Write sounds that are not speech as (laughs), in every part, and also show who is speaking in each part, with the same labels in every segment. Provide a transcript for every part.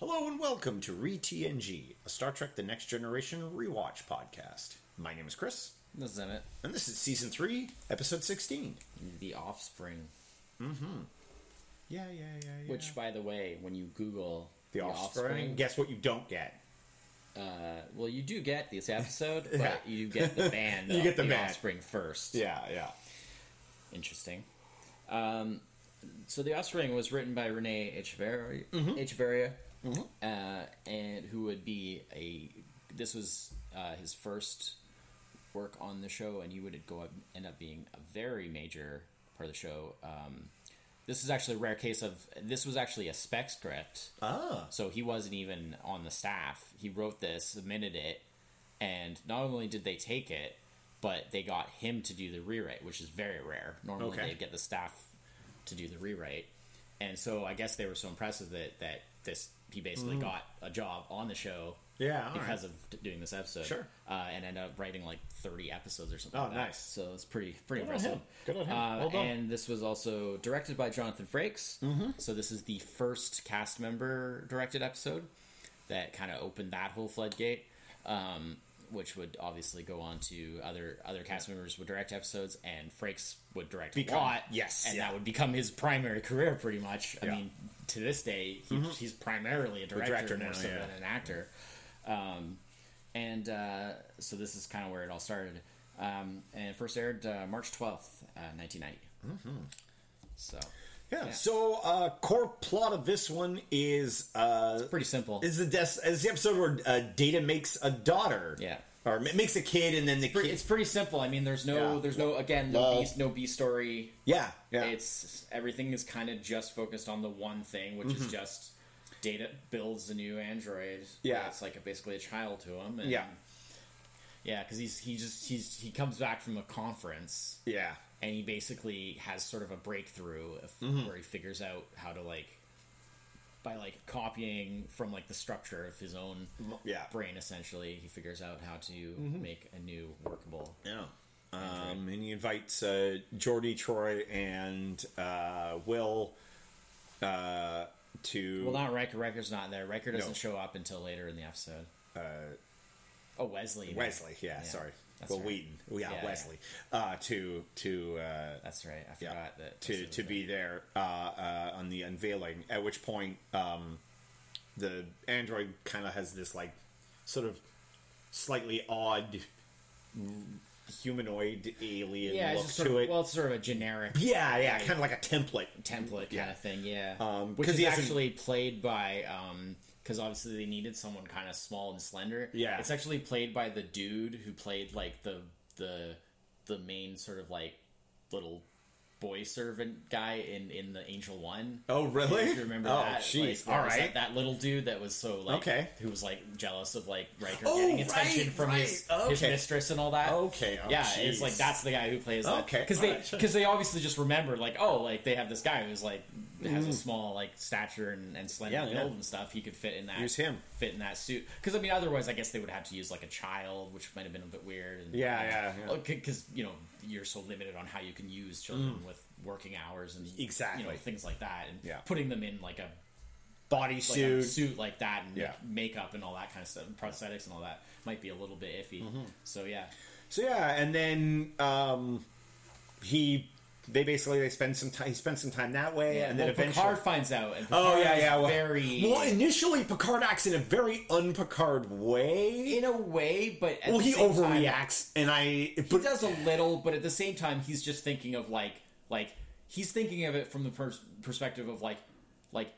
Speaker 1: Hello and welcome to ReTNG, a Star Trek The Next Generation rewatch podcast. My name is Chris,
Speaker 2: This is Emmett.
Speaker 1: and this is Season 3, Episode 16.
Speaker 2: The Offspring.
Speaker 1: Yeah, yeah, yeah, yeah.
Speaker 2: Which, by the way, when you Google
Speaker 1: The, offspring. Guess what you don't get?
Speaker 2: uh, well, you do get
Speaker 1: (laughs)
Speaker 2: this episode,
Speaker 1: Yeah.
Speaker 2: but you get the
Speaker 1: (laughs)
Speaker 2: band.
Speaker 1: You
Speaker 2: of
Speaker 1: get the band.
Speaker 2: Offspring first.
Speaker 1: Yeah, yeah.
Speaker 2: Interesting. Um, so the Offspring was written by Renee Echeverria,
Speaker 1: Mm-hmm.
Speaker 2: Echeverria uh, and who would be a. This was uh, his first work on the show, and he would go up, end up being a very major part of the show. Um, this is actually a rare case of this was actually a spec script.
Speaker 1: Ah.
Speaker 2: So he wasn't even on the staff. He wrote this, submitted it, and not only did they take it, but they got him to do the rewrite, which is very rare. Normally
Speaker 1: Okay.
Speaker 2: they get the staff to do the rewrite. And so I guess they were so impressed with it that this he basically
Speaker 1: Mm.
Speaker 2: got a job on the show
Speaker 1: Yeah, all
Speaker 2: because
Speaker 1: right.
Speaker 2: of t- doing this episode.
Speaker 1: Sure.
Speaker 2: Uh, and ended up writing like 30 episodes or something.
Speaker 1: Oh,
Speaker 2: like that.
Speaker 1: nice.
Speaker 2: So it's pretty pretty
Speaker 1: Good on
Speaker 2: impressive.
Speaker 1: him. Good on him.
Speaker 2: Uh,
Speaker 1: Well done.
Speaker 2: And this was also directed by Jonathan Frakes. Mm-hmm. So this is the first cast member directed episode that kind of opened that whole floodgate. Um, which would obviously go on to other other cast members would direct episodes, and Frakes would direct
Speaker 1: Become-
Speaker 2: a lot.
Speaker 1: yes,
Speaker 2: and
Speaker 1: yeah.
Speaker 2: that would become his primary career, pretty much. I
Speaker 1: Yeah. Mm-hmm.
Speaker 2: mean, to this day, he, he's primarily a director,
Speaker 1: director
Speaker 2: more
Speaker 1: now,
Speaker 2: so
Speaker 1: yeah.
Speaker 2: than an actor. Um, and uh, so this is kind of where it all started. Um, and it first aired uh, March 12th, uh, 1990. Mm-hmm. So
Speaker 1: yeah. So, uh, core plot of this one is uh,
Speaker 2: pretty simple.
Speaker 1: is the des- is the episode where uh, Data makes a daughter.
Speaker 2: Yeah.
Speaker 1: Or ma- makes a kid, and then the
Speaker 2: Pretty-
Speaker 1: kid.
Speaker 2: it's pretty simple. I mean, there's no,
Speaker 1: Yeah.
Speaker 2: there's no, again, no
Speaker 1: Love.
Speaker 2: B, no B story.
Speaker 1: yeah, yeah.
Speaker 2: It's everything is kind of just focused on the one thing, which
Speaker 1: Mm-hmm.
Speaker 2: is just data builds a new android.
Speaker 1: Yeah.
Speaker 2: it's like a, basically a child to him. And
Speaker 1: Yeah.
Speaker 2: yeah, because he's he just he's he comes back from a conference
Speaker 1: yeah.
Speaker 2: and he basically has sort of a breakthrough of,
Speaker 1: Mm-hmm.
Speaker 2: where he figures out how to like by like copying from like the structure of his own
Speaker 1: Yeah. Mm-hmm.
Speaker 2: brain essentially he figures out how to make a new workable
Speaker 1: Yeah. Um, and he invites uh, Jordy, Troy, and uh, Will uh, to.
Speaker 2: well not Riker Riker's not there Riker doesn't
Speaker 1: No. Uh,
Speaker 2: show up until later in the episode oh Wesley
Speaker 1: Wesley, yeah, sorry.
Speaker 2: That's
Speaker 1: Well,
Speaker 2: right.
Speaker 1: Wheaton, yeah,
Speaker 2: Yeah, yeah.
Speaker 1: Wesley, Uh, to to uh,
Speaker 2: that's right I
Speaker 1: yeah,
Speaker 2: forgot that
Speaker 1: to
Speaker 2: Wesley
Speaker 1: to
Speaker 2: was
Speaker 1: be there uh, uh, on the unveiling. At which point, um, the android kind of has this like sort of slightly odd humanoid alien
Speaker 2: there. yeah it's
Speaker 1: look
Speaker 2: just
Speaker 1: to
Speaker 2: sort of,
Speaker 1: it.
Speaker 2: well it's sort of a generic
Speaker 1: yeah, yeah, kind of like a template.
Speaker 2: template kind
Speaker 1: Yeah.
Speaker 2: of thing, yeah.
Speaker 1: Um,
Speaker 2: Which
Speaker 1: 'cause
Speaker 2: is
Speaker 1: he hasn't-
Speaker 2: actually played by, because obviously they needed someone kind of small and slender.
Speaker 1: Yeah.
Speaker 2: it's actually played by the dude who played like the the the main sort of like little boy servant guy in in the Angel One.
Speaker 1: Oh, really?
Speaker 2: If you remember
Speaker 1: oh,
Speaker 2: that?
Speaker 1: jeez.
Speaker 2: Like, there
Speaker 1: All
Speaker 2: was
Speaker 1: right.
Speaker 2: that, that little dude that was so like,
Speaker 1: Okay.
Speaker 2: who was like jealous of like Riker
Speaker 1: Oh,
Speaker 2: getting attention
Speaker 1: right,
Speaker 2: from his,
Speaker 1: right.
Speaker 2: his
Speaker 1: Okay.
Speaker 2: mistress and all that.
Speaker 1: Okay, oh,
Speaker 2: yeah,
Speaker 1: jeez.
Speaker 2: it's like that's the guy who plays that.
Speaker 1: Okay,
Speaker 2: because they
Speaker 1: alright, sure.
Speaker 2: because they obviously just remember like oh like they have this guy who's like has a small like stature and, and slender
Speaker 1: Mm-hmm. Yeah, yeah.
Speaker 2: build and stuff. He could fit in that.
Speaker 1: Use him.
Speaker 2: Fit in that suit because I mean otherwise I guess they would have to use like a child, which might have been a bit weird. And,
Speaker 1: Yeah, yeah, yeah.
Speaker 2: Because you know you're so limited on how you can use children with working hours and
Speaker 1: Mm. Exactly.
Speaker 2: you know, things like that, and
Speaker 1: Yeah.
Speaker 2: putting them in like a like a
Speaker 1: bodysuit.
Speaker 2: suit like that and
Speaker 1: Yeah.
Speaker 2: like, makeup and all that kind of stuff, and prosthetics and all that might be a little bit iffy.
Speaker 1: Mm-hmm.
Speaker 2: So yeah,
Speaker 1: so yeah, and then um, he they basically they spend some time he spends some time that way, and then
Speaker 2: well,
Speaker 1: eventually.
Speaker 2: Picard finds out. And Picard
Speaker 1: Oh yeah, yeah.
Speaker 2: is
Speaker 1: Well,
Speaker 2: very
Speaker 1: well, initially Picard acts in a very un-Picard way.
Speaker 2: in a way, but at
Speaker 1: Well,
Speaker 2: the
Speaker 1: he
Speaker 2: same time,
Speaker 1: overreacts, and I. But,
Speaker 2: he does a little, but at the same time, he's just thinking of like like he's thinking of it from the pers- perspective of like like.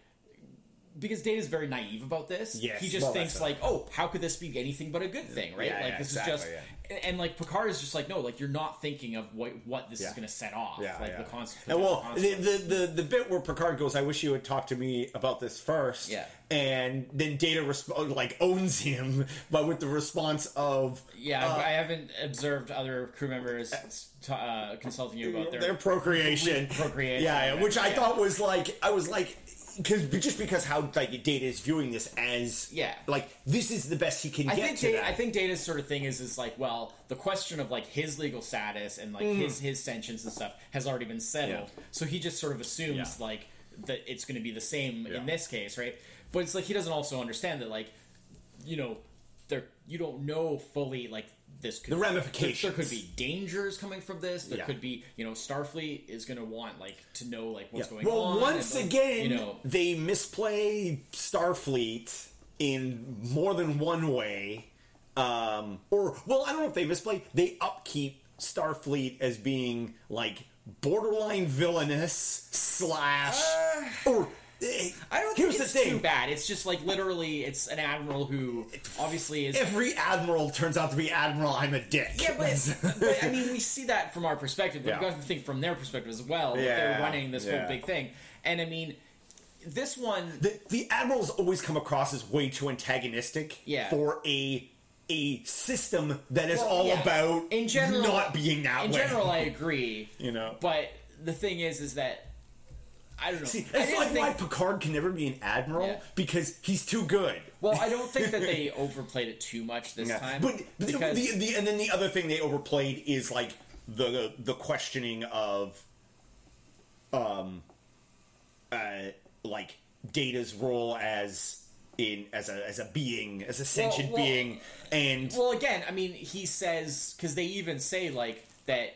Speaker 2: Because Data's very naive about this.
Speaker 1: Yes,
Speaker 2: he just
Speaker 1: well,
Speaker 2: thinks
Speaker 1: that's
Speaker 2: like, "Oh, how could this be anything but a good thing?" Right?
Speaker 1: Yeah,
Speaker 2: like
Speaker 1: yeah,
Speaker 2: this
Speaker 1: exactly,
Speaker 2: is just, and, and, like Picard is just like, "No, like you're not thinking of what what this
Speaker 1: Yeah.
Speaker 2: is going to set off,
Speaker 1: Yeah,
Speaker 2: like
Speaker 1: yeah.
Speaker 2: the consequences."
Speaker 1: And well, the, the the the bit where Picard goes, "I wish you had talked to me about this first.
Speaker 2: Yeah.
Speaker 1: and then Data resp- like owns him, but with the response of
Speaker 2: yeah, I I haven't observed other crew members uh, consulting you about
Speaker 1: their,
Speaker 2: their,
Speaker 1: procreation,
Speaker 2: procreation,
Speaker 1: yeah, yeah, which I
Speaker 2: yeah.
Speaker 1: thought was like I was like because just because how like Data is viewing this as
Speaker 2: Yeah.
Speaker 1: like this is the best he can
Speaker 2: I
Speaker 1: get
Speaker 2: think
Speaker 1: to
Speaker 2: Data,
Speaker 1: that.
Speaker 2: I think Data's sort of thing is is like well the question of like his legal status and like his his sentence and stuff has already been settled,
Speaker 1: Mm. Yeah.
Speaker 2: so he just sort of assumes
Speaker 1: Yeah.
Speaker 2: like that it's going to be the same
Speaker 1: Yeah.
Speaker 2: in this case, right? But it's like he doesn't also understand that like you know there you don't know fully like this could
Speaker 1: The ramifications.
Speaker 2: There, could be dangers coming from this. There
Speaker 1: Yeah.
Speaker 2: could be you know Starfleet is going to want like to know like what's going
Speaker 1: well,
Speaker 2: on. and,
Speaker 1: once
Speaker 2: like,
Speaker 1: again,
Speaker 2: you know
Speaker 1: they misplay Starfleet in more than one way. Um, or, well, I don't know if they misplay. They upkeep Starfleet as being like borderline villainous slash or. I
Speaker 2: Uh, I don't
Speaker 1: Here's
Speaker 2: think it's
Speaker 1: the thing.
Speaker 2: too bad. It's just like literally, it's an admiral who obviously is.
Speaker 1: Every admiral turns out to be admiral. I'm a dick.
Speaker 2: yeah, but, but I mean, we see that from our perspective, but
Speaker 1: Yeah.
Speaker 2: you got to think from their perspective as well. that
Speaker 1: Yeah,
Speaker 2: they're running this
Speaker 1: yeah.
Speaker 2: whole big thing, and I mean, this one,
Speaker 1: (laughs) the, the admirals always come across as way too antagonistic
Speaker 2: Yeah.
Speaker 1: for a a system that is
Speaker 2: Well,
Speaker 1: all
Speaker 2: yeah.
Speaker 1: about
Speaker 2: In general-
Speaker 1: not being that
Speaker 2: in
Speaker 1: way. (laughs)
Speaker 2: general, I agree.
Speaker 1: You know.
Speaker 2: but the thing is, is that I don't know.
Speaker 1: See,
Speaker 2: I
Speaker 1: that's
Speaker 2: didn't
Speaker 1: like
Speaker 2: think- (laughs)
Speaker 1: why Picard can never be an admiral
Speaker 2: Yeah.
Speaker 1: because he's too good.
Speaker 2: Well, I don't think that they
Speaker 1: (laughs)
Speaker 2: overplayed it too much this time.
Speaker 1: But, but the-
Speaker 2: because-
Speaker 1: the, the, and then the other thing they overplayed is like the the questioning of, um, uh, like Data's role as in as a as a being as a sentient
Speaker 2: well-
Speaker 1: being and
Speaker 2: Well, again, I mean, he says because they even say like that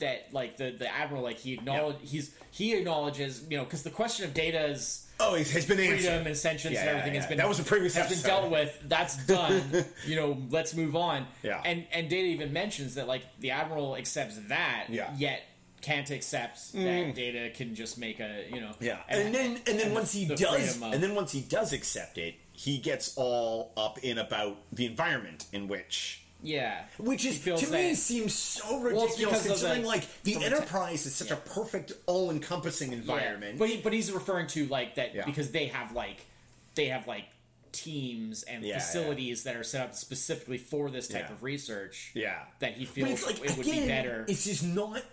Speaker 2: that like the the admiral like he acknowledge he's he acknowledges you know because the question of data's
Speaker 1: oh, it has been
Speaker 2: freedom
Speaker 1: answered.
Speaker 2: and sentience
Speaker 1: Yeah,
Speaker 2: and
Speaker 1: yeah,
Speaker 2: everything has
Speaker 1: yeah.
Speaker 2: been
Speaker 1: That was the previous
Speaker 2: has been
Speaker 1: episode.
Speaker 2: dealt with
Speaker 1: (laughs)
Speaker 2: that's done you know let's move on
Speaker 1: Yeah.
Speaker 2: and and data even mentions that like the admiral accepts that
Speaker 1: Yeah. Mm.
Speaker 2: yet can't accept that data can just make a you know
Speaker 1: Yeah, and, then and then once he
Speaker 2: the
Speaker 1: does,
Speaker 2: freedom of-
Speaker 1: and then once he does accept it, he gets all up in about the environment in which
Speaker 2: yeah
Speaker 1: Which is
Speaker 2: He feels
Speaker 1: to me
Speaker 2: that-
Speaker 1: seems so
Speaker 2: it's
Speaker 1: ridiculous
Speaker 2: because of
Speaker 1: considering
Speaker 2: the-
Speaker 1: like the
Speaker 2: the-
Speaker 1: Enterprise is such a perfect all-encompassing environment.
Speaker 2: Yeah. But he, but he's referring to like that
Speaker 1: Yeah.
Speaker 2: because they have like they have like teams and
Speaker 1: Yeah,
Speaker 2: facilities that are set up specifically for this type
Speaker 1: Yeah.
Speaker 2: of research.
Speaker 1: Yeah.
Speaker 2: That he
Speaker 1: But
Speaker 2: feels it would be better.
Speaker 1: It's just not. th-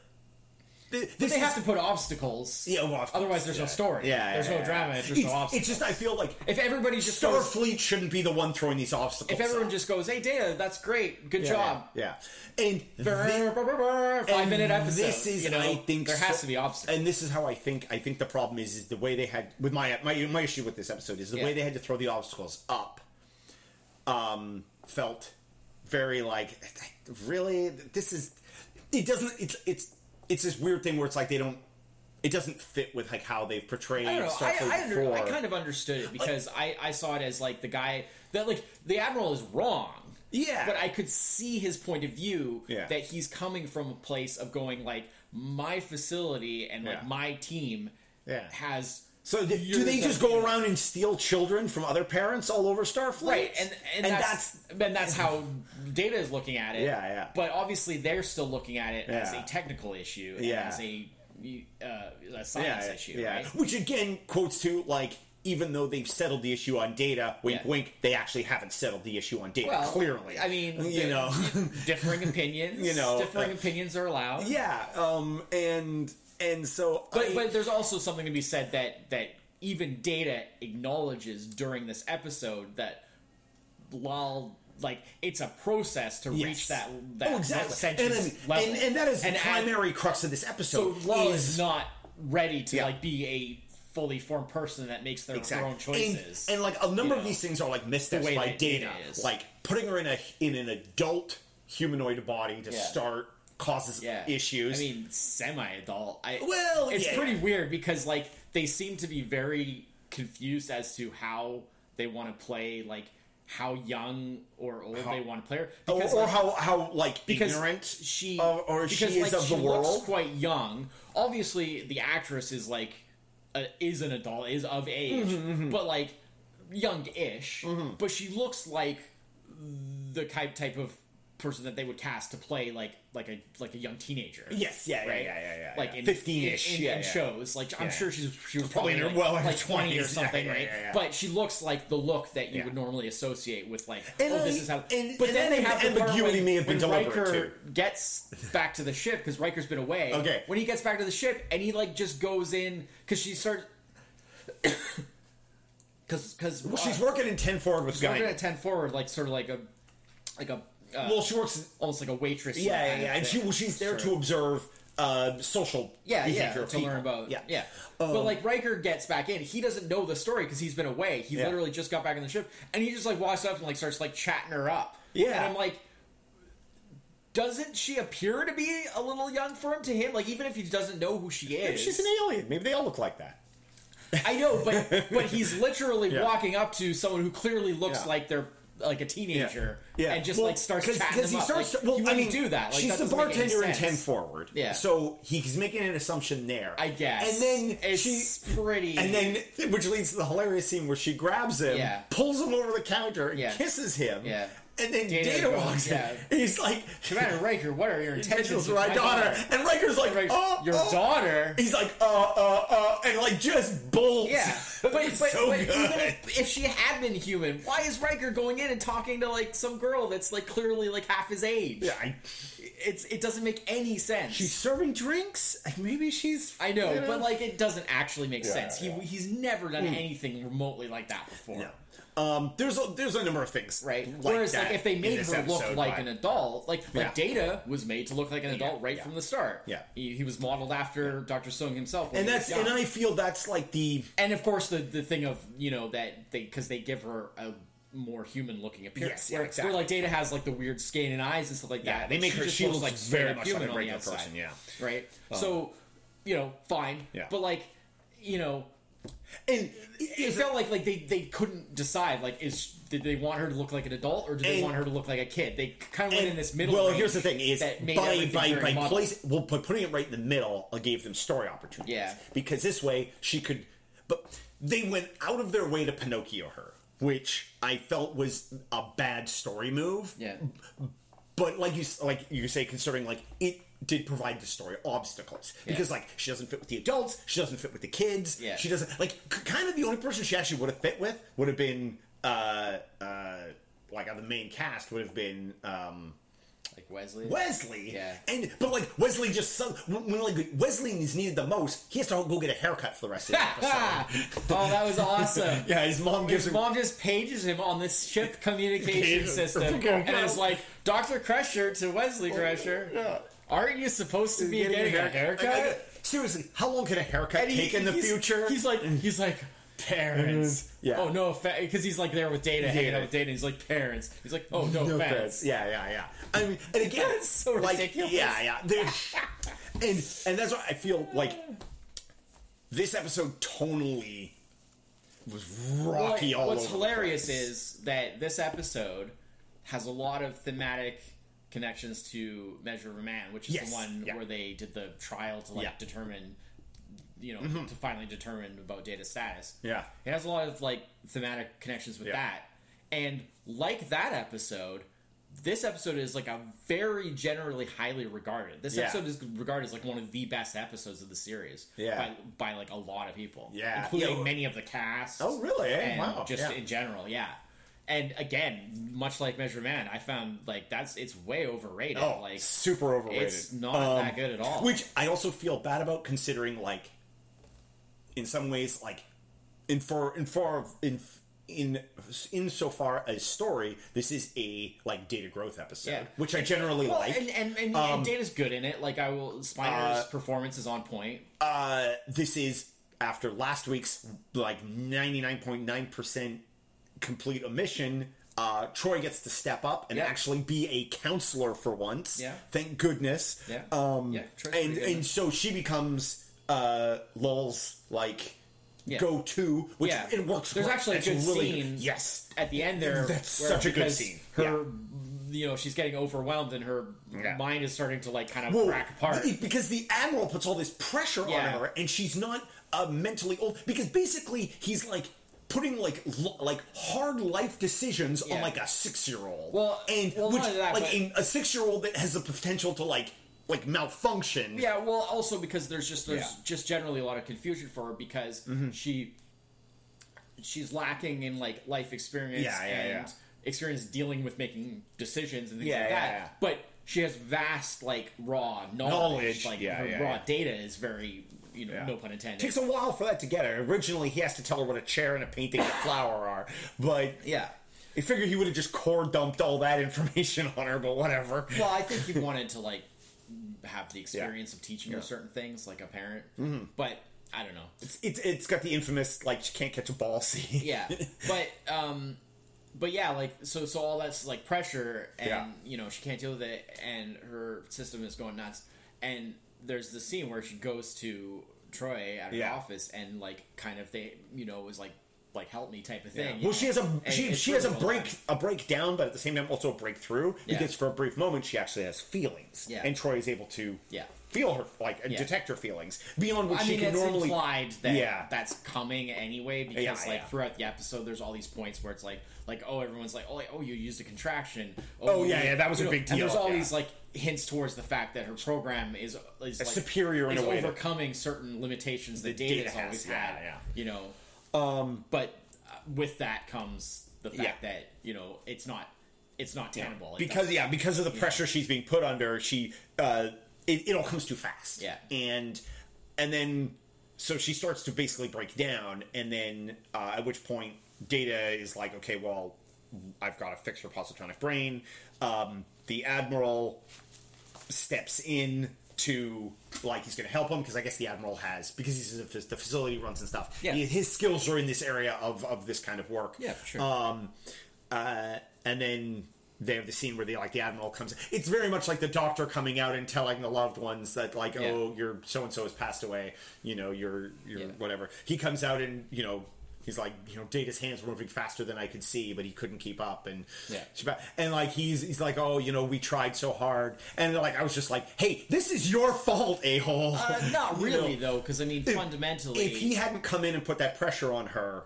Speaker 2: But
Speaker 1: This
Speaker 2: they have
Speaker 1: is-
Speaker 2: to put obstacles.
Speaker 1: Yeah, well, of course,
Speaker 2: Otherwise, there's no
Speaker 1: yeah.
Speaker 2: story.
Speaker 1: Yeah, yeah,
Speaker 2: There's no
Speaker 1: yeah,
Speaker 2: drama.
Speaker 1: yeah.
Speaker 2: It's just no
Speaker 1: it's,
Speaker 2: obstacles.
Speaker 1: it's just I feel like
Speaker 2: if everybody just goes,
Speaker 1: Starfleet shouldn't be the one throwing these obstacles.
Speaker 2: if everyone
Speaker 1: up.
Speaker 2: just goes, hey, Data, that's great, good
Speaker 1: yeah,
Speaker 2: job.
Speaker 1: yeah, yeah. and thi-
Speaker 2: Five
Speaker 1: and
Speaker 2: minute episode.
Speaker 1: This is,
Speaker 2: you know,
Speaker 1: I think,
Speaker 2: there has
Speaker 1: so-
Speaker 2: to be obstacles.
Speaker 1: And this is how I think. I think the problem is, is the way they had with my my my issue with this episode is the
Speaker 2: Yeah.
Speaker 1: way they had to throw the obstacles up. Um, felt very like really this is it doesn't it's it's it's this weird thing where it's like they don't it doesn't fit with like how they've portrayed
Speaker 2: I don't know. I,
Speaker 1: Starfleet
Speaker 2: I, under,
Speaker 1: before.
Speaker 2: I kind of understood it because I, I saw it as like the guy that like the admiral is wrong.
Speaker 1: Yeah.
Speaker 2: But I could see his point of view
Speaker 1: Yeah.
Speaker 2: that he's coming from a place of going like my facility and like
Speaker 1: Yeah.
Speaker 2: my team
Speaker 1: Yeah.
Speaker 2: has
Speaker 1: so th- do they just go around and steal children from other parents all over Starfleet?
Speaker 2: right and and, that's, and that's how data is looking at it.
Speaker 1: Yeah, yeah.
Speaker 2: But obviously they're still looking at it as
Speaker 1: Yeah.
Speaker 2: a technical issue and
Speaker 1: Yeah.
Speaker 2: as a uh, a science issue, right?
Speaker 1: Which again quotes to like even though they've settled the issue on data, wink
Speaker 2: Yeah.
Speaker 1: wink, they actually haven't settled the issue on data.
Speaker 2: Well,
Speaker 1: clearly,
Speaker 2: I mean,
Speaker 1: you
Speaker 2: the-
Speaker 1: know, (laughs)
Speaker 2: (laughs) differing opinions.
Speaker 1: You know,
Speaker 2: differing
Speaker 1: uh,
Speaker 2: opinions are allowed.
Speaker 1: yeah, um, and and so,
Speaker 2: But
Speaker 1: I-
Speaker 2: but there's also something to be said that that even Data acknowledges during this episode that while like it's a process to reach
Speaker 1: yes.
Speaker 2: that that,
Speaker 1: oh,
Speaker 2: that
Speaker 1: exactly, and,
Speaker 2: sentence
Speaker 1: then-
Speaker 2: level,
Speaker 1: and and that is
Speaker 2: And
Speaker 1: the
Speaker 2: at-
Speaker 1: primary crux of this
Speaker 2: so
Speaker 1: episode.
Speaker 2: Law
Speaker 1: is
Speaker 2: is not ready to
Speaker 1: Yeah.
Speaker 2: like be a fully formed person that makes their,
Speaker 1: Exactly.
Speaker 2: their own choices.
Speaker 1: And, and like a number of
Speaker 2: know,
Speaker 1: these things are like missteps
Speaker 2: the way
Speaker 1: by
Speaker 2: that
Speaker 1: data.
Speaker 2: data is.
Speaker 1: Like putting her in a in an adult humanoid body to
Speaker 2: Yeah.
Speaker 1: start causes
Speaker 2: yeah.
Speaker 1: issues.
Speaker 2: I mean, semi-adult. I,
Speaker 1: Well,
Speaker 2: it's
Speaker 1: yeah.
Speaker 2: pretty weird because like they seem to be very confused as to how they want to play, like how young or old they want to play her.
Speaker 1: Oh, or,
Speaker 2: Because,
Speaker 1: or
Speaker 2: like,
Speaker 1: how how like
Speaker 2: because
Speaker 1: ignorant
Speaker 2: she
Speaker 1: of- or she
Speaker 2: because,
Speaker 1: is
Speaker 2: like,
Speaker 1: of
Speaker 2: she
Speaker 1: the
Speaker 2: looks
Speaker 1: world.
Speaker 2: quite young. Obviously, the actress is like uh, is an adult, is of age,
Speaker 1: Mm-hmm,
Speaker 2: but like young-ish. But she looks like the type type of person that they would cast to play like like a like a young teenager.
Speaker 1: Yes, yeah, yeah,
Speaker 2: right?
Speaker 1: yeah, yeah, yeah,
Speaker 2: Like
Speaker 1: yeah.
Speaker 2: in
Speaker 1: 15-ish,
Speaker 2: in,
Speaker 1: yeah,
Speaker 2: in
Speaker 1: yeah.
Speaker 2: shows. Like I'm
Speaker 1: Yeah.
Speaker 2: sure she's she was
Speaker 1: Probably
Speaker 2: probably,
Speaker 1: in her
Speaker 2: like,
Speaker 1: well
Speaker 2: like
Speaker 1: into
Speaker 2: 20 or
Speaker 1: 20s, yeah,
Speaker 2: something,
Speaker 1: yeah,
Speaker 2: right?
Speaker 1: yeah, yeah.
Speaker 2: But she looks like the look that you
Speaker 1: Yeah.
Speaker 2: would normally associate with like
Speaker 1: And
Speaker 2: oh
Speaker 1: I-
Speaker 2: this is how.
Speaker 1: and-
Speaker 2: but
Speaker 1: and
Speaker 2: then
Speaker 1: I
Speaker 2: they
Speaker 1: think
Speaker 2: have
Speaker 1: the
Speaker 2: the part
Speaker 1: ambiguity
Speaker 2: when-
Speaker 1: may have been
Speaker 2: when
Speaker 1: deliberate,
Speaker 2: Riker
Speaker 1: too.
Speaker 2: gets back to the ship because Riker's been away.
Speaker 1: Okay.
Speaker 2: When he gets back to the ship and he like just goes in because she starts. (coughs) Because because
Speaker 1: Well, she's working in ten forward with guy.
Speaker 2: working at ten forward like sort of like a like a uh,
Speaker 1: Well, she works.
Speaker 2: almost like a waitress.
Speaker 1: Yeah, yeah,
Speaker 2: kind
Speaker 1: yeah.
Speaker 2: of
Speaker 1: And she
Speaker 2: thing.
Speaker 1: well, she's there
Speaker 2: Sure.
Speaker 1: to observe uh, social
Speaker 2: yeah, yeah,
Speaker 1: behavior
Speaker 2: to
Speaker 1: of people.
Speaker 2: learn about
Speaker 1: yeah, Um,
Speaker 2: yeah, yeah. but like Riker gets back in, he doesn't know the story because he's been away. He
Speaker 1: Yeah.
Speaker 2: literally just got back on the ship, and he just like walks up and like starts like chatting her up.
Speaker 1: Yeah.
Speaker 2: and I'm like, doesn't she appear to be a little young for him? To him, like even if he doesn't know who she
Speaker 1: Maybe
Speaker 2: is,
Speaker 1: she's an alien. Maybe they all look like that.
Speaker 2: I know,
Speaker 1: (laughs)
Speaker 2: but but he's literally
Speaker 1: Yeah.
Speaker 2: walking up to someone who clearly looks
Speaker 1: Yeah.
Speaker 2: like they're like a teenager,
Speaker 1: Yeah,
Speaker 2: and just
Speaker 1: Well,
Speaker 2: like starts
Speaker 1: cause,
Speaker 2: chatting
Speaker 1: 'cause
Speaker 2: them
Speaker 1: he
Speaker 2: up.
Speaker 1: starts.
Speaker 2: Like,
Speaker 1: well,
Speaker 2: he
Speaker 1: I
Speaker 2: wouldn't
Speaker 1: mean,
Speaker 2: do that. Like,
Speaker 1: she's
Speaker 2: that
Speaker 1: the
Speaker 2: doesn't make any
Speaker 1: bartender in Ten
Speaker 2: sense.
Speaker 1: Forward.
Speaker 2: Yeah.
Speaker 1: so he's making an assumption there.
Speaker 2: I guess,
Speaker 1: and then
Speaker 2: it's
Speaker 1: she.
Speaker 2: pretty,
Speaker 1: And then, which leads to the hilarious scene where she grabs him,
Speaker 2: Yeah.
Speaker 1: pulls him over the counter, and
Speaker 2: Yeah.
Speaker 1: kisses him.
Speaker 2: Yeah.
Speaker 1: And then
Speaker 2: Data
Speaker 1: Data,
Speaker 2: goes,
Speaker 1: walks in.
Speaker 2: yeah.
Speaker 1: And he's like,
Speaker 2: Commander Riker, what are your intentions
Speaker 1: "Intentions
Speaker 2: with
Speaker 1: my daughter. And Riker's like,
Speaker 2: Riker,
Speaker 1: "Oh,
Speaker 2: your
Speaker 1: oh." (laughs)
Speaker 2: daughter?
Speaker 1: He's like, "Uh, uh, uh," and like just bolts.
Speaker 2: Yeah,
Speaker 1: (laughs)
Speaker 2: but, but,
Speaker 1: It's so
Speaker 2: but
Speaker 1: good.
Speaker 2: even if, if she had been human, why is Riker going in and talking to like some girl that's like clearly like half his age?
Speaker 1: (laughs) Yeah, I-
Speaker 2: It's it doesn't make any sense.
Speaker 1: she's serving drinks. Like, Maybe she's.
Speaker 2: I know,
Speaker 1: you
Speaker 2: but like it doesn't actually make
Speaker 1: Yeah,
Speaker 2: sense.
Speaker 1: yeah. Hmm.
Speaker 2: He he's never done anything remotely like that before.
Speaker 1: Yeah. Um, there's a there's a number of things
Speaker 2: Right.
Speaker 1: like
Speaker 2: Whereas,
Speaker 1: that
Speaker 2: like, if they
Speaker 1: in
Speaker 2: made
Speaker 1: this
Speaker 2: her
Speaker 1: episode,
Speaker 2: look like
Speaker 1: but-
Speaker 2: an adult, like like
Speaker 1: Yeah.
Speaker 2: Data was made to look like an adult right
Speaker 1: yeah.
Speaker 2: from the start.
Speaker 1: Yeah.
Speaker 2: he, he was modeled after Doctor Sung himself, when
Speaker 1: and
Speaker 2: he
Speaker 1: that's
Speaker 2: was young.
Speaker 1: and I feel that's like the
Speaker 2: and of course the the thing of you know that they because they give her a more human looking appearance.
Speaker 1: Yes, yeah,
Speaker 2: where,
Speaker 1: exactly.
Speaker 2: where like Data has like the weird skin and eyes and stuff like that.
Speaker 1: they make her
Speaker 2: just
Speaker 1: she looks
Speaker 2: looks
Speaker 1: like
Speaker 2: straight
Speaker 1: very
Speaker 2: up
Speaker 1: much like a
Speaker 2: on the
Speaker 1: regular
Speaker 2: outside,
Speaker 1: person. Yeah. Um,
Speaker 2: right. so you know, fine.
Speaker 1: Yeah.
Speaker 2: but like you know,
Speaker 1: And
Speaker 2: it felt like like they they couldn't decide like is did they want her to look like an adult or do they
Speaker 1: And-
Speaker 2: want her to look like a kid? They kind of went
Speaker 1: and-
Speaker 2: in this middle.
Speaker 1: Well,
Speaker 2: range
Speaker 1: here's the thing: is
Speaker 2: that made
Speaker 1: by
Speaker 2: everything
Speaker 1: by,
Speaker 2: very
Speaker 1: by
Speaker 2: muddled.
Speaker 1: place, well, by putting it right in the middle, I gave them story opportunities.
Speaker 2: Yeah.
Speaker 1: because this way she could. But they went out of their way to Pinocchio her, which I felt was a bad story move.
Speaker 2: Yeah.
Speaker 1: but like you s- like you say concerning like it did provide the story obstacles because like she doesn't fit with the adults she doesn't fit with the kids
Speaker 2: Yeah.
Speaker 1: she doesn't like k- kind of the only person she actually would have fit with would have been uh uh like on the main cast would have been um
Speaker 2: like Wesley.
Speaker 1: Wesley
Speaker 2: Yeah.
Speaker 1: and but like Wesley just some when, when like Wesley is needed the most he has to go get a haircut for the rest of
Speaker 2: (laughs)
Speaker 1: the
Speaker 2: (laughs) oh,
Speaker 1: episode
Speaker 2: that was awesome.
Speaker 1: yeah his mom gives
Speaker 2: His
Speaker 1: him
Speaker 2: mom just pages him on this ship communication
Speaker 1: Pages.
Speaker 2: system
Speaker 1: Go,
Speaker 2: and
Speaker 1: go.
Speaker 2: is like, Dr. Crusher to Wesley Crusher, aren't you supposed to be getting a haircut?
Speaker 1: Like, I- seriously how long can a haircut
Speaker 2: And he-
Speaker 1: take in the
Speaker 2: he's-
Speaker 1: future Mm. Mm-hmm.
Speaker 2: He's like, he's like, parents.
Speaker 1: Yeah.
Speaker 2: Oh, no offense. Because he's like there with Data, hanging out with Data, and he's like, parents. He's like, oh, no,
Speaker 1: No
Speaker 2: offense.
Speaker 1: offense. Yeah, yeah, yeah. I mean, and again,
Speaker 2: That's so
Speaker 1: like,
Speaker 2: ridiculous.
Speaker 1: Yeah, yeah.
Speaker 2: (laughs)
Speaker 1: They're- and and that's why I feel like this episode tonally was rocky
Speaker 2: Well,
Speaker 1: all
Speaker 2: what's
Speaker 1: over.
Speaker 2: hilarious
Speaker 1: the place.
Speaker 2: is that this episode has a lot of thematic connections to Measure of a Man, which is
Speaker 1: Yes,
Speaker 2: the one
Speaker 1: yeah.
Speaker 2: where they did the trial to like
Speaker 1: Yeah. Mm-hmm.
Speaker 2: determine, you know, to finally determine about data status.
Speaker 1: Yeah.
Speaker 2: it has a lot of like thematic connections with
Speaker 1: Yeah.
Speaker 2: that, and like that episode. This episode is like a very generally highly regarded. This
Speaker 1: Yeah.
Speaker 2: episode is regarded as like one of the best episodes of the series.
Speaker 1: Yeah.
Speaker 2: by, by like a lot of people.
Speaker 1: Yeah.
Speaker 2: including
Speaker 1: Yeah.
Speaker 2: many of the cast
Speaker 1: Oh, really? Eh?
Speaker 2: and
Speaker 1: wow.
Speaker 2: just
Speaker 1: yeah.
Speaker 2: in general, yeah. And again, much like Measure Man, I found like that's it's way overrated.
Speaker 1: oh,
Speaker 2: like
Speaker 1: super overrated.
Speaker 2: it's not
Speaker 1: Um,
Speaker 2: that good at all.
Speaker 1: Which I also feel bad about, considering like, in some ways, like, in for in for in in insofar as story, this is a like data growth episode,
Speaker 2: Yeah.
Speaker 1: which I generally
Speaker 2: well,
Speaker 1: like. um,
Speaker 2: and and, and, and Data's good in it. Like I will, Spiner's performance is on point.
Speaker 1: uh, this is after last week's like 99.9% complete omission uh, troy gets to step up and
Speaker 2: Yeah.
Speaker 1: actually be a counselor for once
Speaker 2: Yeah.
Speaker 1: thank goodness
Speaker 2: Yeah.
Speaker 1: um
Speaker 2: Yeah, Troy's
Speaker 1: and
Speaker 2: pretty good.
Speaker 1: and so she becomes uh lol's like
Speaker 2: Yeah.
Speaker 1: go-to which
Speaker 2: Yeah.
Speaker 1: it works
Speaker 2: There's
Speaker 1: great.
Speaker 2: actually a
Speaker 1: That's
Speaker 2: good
Speaker 1: really
Speaker 2: scene.
Speaker 1: yes
Speaker 2: At the end, there
Speaker 1: That's
Speaker 2: where
Speaker 1: such a good
Speaker 2: because
Speaker 1: scene.
Speaker 2: Her, you know, she's getting overwhelmed and her
Speaker 1: Yeah.
Speaker 2: mind is starting to like kind of
Speaker 1: Whoa,
Speaker 2: crack apart.
Speaker 1: it- Because the admiral puts all this pressure
Speaker 2: Yeah.
Speaker 1: on her, and she's not uh, mentally old. Because basically, he's like putting like lo- like hard life decisions on
Speaker 2: Yeah.
Speaker 1: like a six year old.
Speaker 2: Well,
Speaker 1: and
Speaker 2: well,
Speaker 1: which,
Speaker 2: not only that,
Speaker 1: like
Speaker 2: but-
Speaker 1: in a six year old that has the potential to like like malfunction.
Speaker 2: Yeah, well, also because there's just there's
Speaker 1: Yeah. Mm-hmm.
Speaker 2: just generally a lot of confusion for her because she she's lacking in like life experience
Speaker 1: Yeah, yeah,
Speaker 2: and
Speaker 1: yeah.
Speaker 2: experience dealing with making decisions and things
Speaker 1: Yeah,
Speaker 2: like
Speaker 1: yeah,
Speaker 2: that.
Speaker 1: yeah.
Speaker 2: But she has vast like raw knowledge.
Speaker 1: Knowledge,
Speaker 2: Like
Speaker 1: yeah,
Speaker 2: her
Speaker 1: yeah,
Speaker 2: raw
Speaker 1: yeah.
Speaker 2: data is very you know
Speaker 1: Yeah.
Speaker 2: no pun intended.
Speaker 1: Takes a while for that to get her. Originally, he has to tell her what a chair and a painting and a flower are, but (laughs)
Speaker 2: yeah.
Speaker 1: I figure he would have just core dumped all that information on her. But whatever.
Speaker 2: Well, I think he wanted to like have the experience of teaching her
Speaker 1: Yeah. Mm-hmm.
Speaker 2: certain things, like a parent. But I don't know.
Speaker 1: It's, it's it's got the infamous like she can't catch a ball scene. (laughs)
Speaker 2: yeah but um but yeah like so so all that's like pressure and
Speaker 1: Yeah.
Speaker 2: you know she can't deal with it and her system is going nuts and there's the scene where she goes to troy at her
Speaker 1: Yeah.
Speaker 2: office and like kind of they you know was like like help me type of thing you
Speaker 1: Well, she
Speaker 2: know?
Speaker 1: has a
Speaker 2: And
Speaker 1: she,
Speaker 2: it's
Speaker 1: she has a
Speaker 2: really well
Speaker 1: break a breakdown, but at the same time also a breakthrough
Speaker 2: Yeah.
Speaker 1: because for a brief moment she actually has feelings,
Speaker 2: Yeah.
Speaker 1: and Troy is able to
Speaker 2: Yeah.
Speaker 1: feel her like
Speaker 2: Yeah.
Speaker 1: detect her feelings beyond what
Speaker 2: I
Speaker 1: she
Speaker 2: mean,
Speaker 1: can
Speaker 2: it's
Speaker 1: normally.
Speaker 2: implied that
Speaker 1: Yeah.
Speaker 2: that's coming anyway because,
Speaker 1: Yeah,
Speaker 2: like,
Speaker 1: yeah.
Speaker 2: throughout the episode, there's all these points where it's like, like, oh, everyone's like, oh, like, oh, you used a contraction.
Speaker 1: Oh,
Speaker 2: you-
Speaker 1: yeah, yeah, that was
Speaker 2: you
Speaker 1: a
Speaker 2: know,
Speaker 1: big
Speaker 2: And there's
Speaker 1: deal,
Speaker 2: all
Speaker 1: yeah.
Speaker 2: these like hints towards the fact that her program is is like,
Speaker 1: superior in
Speaker 2: is
Speaker 1: a way to-
Speaker 2: overcoming certain limitations that
Speaker 1: data
Speaker 2: data's
Speaker 1: has,
Speaker 2: always
Speaker 1: yeah,
Speaker 2: had.
Speaker 1: yeah.
Speaker 2: You know, um, but uh, with that comes the fact that you know it's not it's not tenable It
Speaker 1: because yeah, because of the pressure she's being put under, she uh, it, it all comes too fast.
Speaker 2: Yeah.
Speaker 1: and and then so she starts to basically break down, and then uh, at which point Data is like, okay, well, I've got to fix her positronic brain. Um, the admiral steps in to like he's going to help him because I guess the admiral has because he's a, the facility runs and stuff.
Speaker 2: Yeah.
Speaker 1: He- his skills are in this area of of this kind of work.
Speaker 2: Yeah, for sure.
Speaker 1: Um, uh, and then they have the scene where the like the admiral comes. It's very much like the doctor coming out and telling the loved ones that like,
Speaker 2: Yeah.
Speaker 1: oh, your so and so has passed away. You know, you're you're
Speaker 2: Yeah.
Speaker 1: whatever. He comes out and you know. He's like, you know, Data's hands were moving faster than I could see, but he couldn't keep up. And
Speaker 2: Yeah.
Speaker 1: she ba- and like he's he's like, oh, you know, we tried so hard, and like I was just like, hey, this is your fault, a hole.
Speaker 2: Uh,
Speaker 1: (laughs)
Speaker 2: not really though, because I mean, fundamentally,
Speaker 1: If he hadn't come in and put that pressure on her,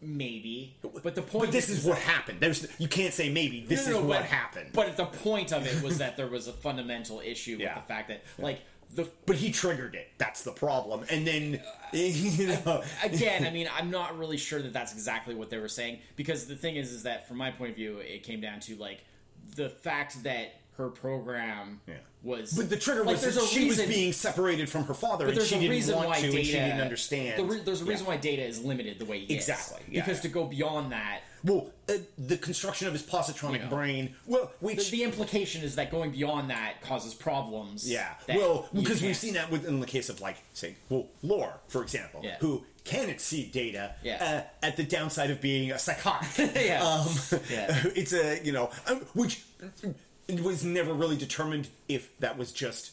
Speaker 2: maybe. But the point
Speaker 1: but this is what happened. There's you can't say maybe. This
Speaker 2: No, no,
Speaker 1: is
Speaker 2: no,
Speaker 1: what
Speaker 2: but-
Speaker 1: happened.
Speaker 2: But the point of it was that there was a fundamental issue
Speaker 1: Yeah.
Speaker 2: with the fact that, like, the
Speaker 1: But he triggered it. That's the problem. And then, (laughs) you know,
Speaker 2: again, I mean, I'm not really sure that that's exactly what they were saying because the thing is, is that from my point of view, it came down to like the fact that her program
Speaker 1: Yeah.
Speaker 2: was,
Speaker 1: but the trigger
Speaker 2: like,
Speaker 1: was that she was being separated from her father, and
Speaker 2: there's
Speaker 1: she
Speaker 2: a
Speaker 1: didn't
Speaker 2: reason
Speaker 1: want
Speaker 2: why
Speaker 1: to,
Speaker 2: data,
Speaker 1: and she didn't understand.
Speaker 2: The re- there's a
Speaker 1: Yeah.
Speaker 2: reason why data is limited the way he is.
Speaker 1: Exactly, yeah,
Speaker 2: because
Speaker 1: yeah.
Speaker 2: to go beyond that,
Speaker 1: Well, uh, the construction of his positronic
Speaker 2: Yeah.
Speaker 1: brain. Well,
Speaker 2: the,
Speaker 1: which
Speaker 2: the implication is that going beyond that causes problems.
Speaker 1: Yeah.
Speaker 2: that
Speaker 1: well,
Speaker 2: you
Speaker 1: because we've
Speaker 2: can't-
Speaker 1: seen that within the case of like, say, well, Lore, for example,
Speaker 2: Yeah.
Speaker 1: who can exceed data
Speaker 2: Yeah.
Speaker 1: uh, at the downside of being a psychotic. (laughs)
Speaker 2: (laughs) Yeah.
Speaker 1: Um, (laughs)
Speaker 2: Yeah.
Speaker 1: It's a you know, um, which it was never really determined if that was just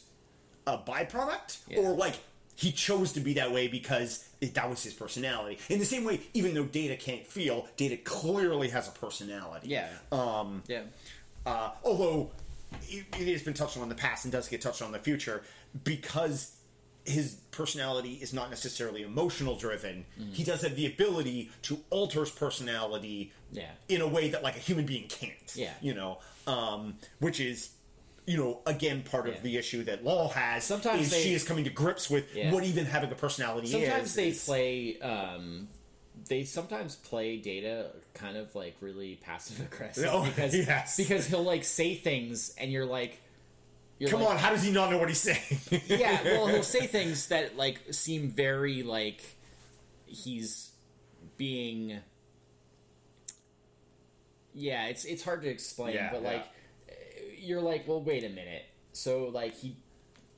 Speaker 1: a byproduct
Speaker 2: Yeah.
Speaker 1: or like he chose to be that way because it, that was his personality. In the same way, even though Data can't feel, Data clearly has a personality.
Speaker 2: Yeah. Um. Yeah.
Speaker 1: Uh, although it, it has been touched on in the past and does get touched on in the future because his personality is not necessarily emotional driven.
Speaker 2: Mm-hmm.
Speaker 1: He does have the ability to alter his personality
Speaker 2: Yeah.
Speaker 1: in a way that like a human being can't.
Speaker 2: Yeah.
Speaker 1: You know, um, which is you know again part of
Speaker 2: Yeah.
Speaker 1: the issue that Law has.
Speaker 2: Sometimes
Speaker 1: is
Speaker 2: they-
Speaker 1: she is coming to grips with
Speaker 2: Yeah.
Speaker 1: what even having a personality
Speaker 2: Sometimes
Speaker 1: is.
Speaker 2: they
Speaker 1: is-
Speaker 2: play. Um, they sometimes play data kind of like really passive aggressive
Speaker 1: Oh, (laughs)
Speaker 2: because
Speaker 1: yes.
Speaker 2: because he'll like say things and you're like, you're
Speaker 1: Come
Speaker 2: like,
Speaker 1: on, how does he not know what he's saying? (laughs)
Speaker 2: yeah. Well, he'll say things that like seem very like he's being. Yeah, it's it's hard to explain,
Speaker 1: Yeah,
Speaker 2: but
Speaker 1: yeah.
Speaker 2: like you're like, well, wait a minute. So like he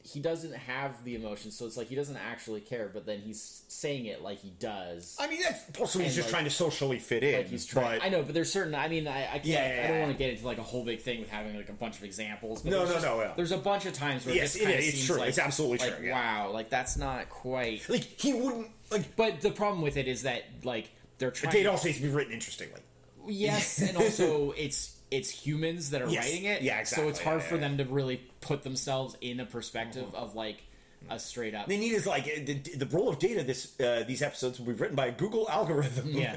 Speaker 2: he doesn't have the emotion, so it's like he doesn't actually care, but then he's saying it like he does.
Speaker 1: I mean, that's possibly he's
Speaker 2: And,
Speaker 1: just
Speaker 2: like-
Speaker 1: trying to socially fit in.
Speaker 2: Like he's trying.
Speaker 1: but-
Speaker 2: I know, but there's certain. I mean, I, I can't.
Speaker 1: Yeah, yeah,
Speaker 2: I don't
Speaker 1: yeah.
Speaker 2: want to get into like a whole big thing with having like a bunch of examples. But
Speaker 1: No,
Speaker 2: there's
Speaker 1: no,
Speaker 2: just-
Speaker 1: no, yeah.
Speaker 2: There's a bunch of times where
Speaker 1: Yes,
Speaker 2: this
Speaker 1: it
Speaker 2: kinda
Speaker 1: is. It's
Speaker 2: seems
Speaker 1: true.
Speaker 2: Like,
Speaker 1: It's absolutely
Speaker 2: like,
Speaker 1: true, yeah.
Speaker 2: Wow, like that's not quite.
Speaker 1: like he wouldn't like
Speaker 2: But the problem with it is that like they're trying.
Speaker 1: Data also needs to be written interestingly. (laughs)
Speaker 2: Yes, and also it's it's humans that are
Speaker 1: Yes.
Speaker 2: writing it.
Speaker 1: Yeah,
Speaker 2: So
Speaker 1: exactly.
Speaker 2: it's hard
Speaker 1: Yeah,
Speaker 2: for
Speaker 1: yeah,
Speaker 2: them to really put themselves in a perspective of like a
Speaker 1: (laughs)
Speaker 2: straight up.
Speaker 1: They need is like uh, the, the role of data. This uh, these episodes will be written by a Google algorithm.
Speaker 2: Yeah.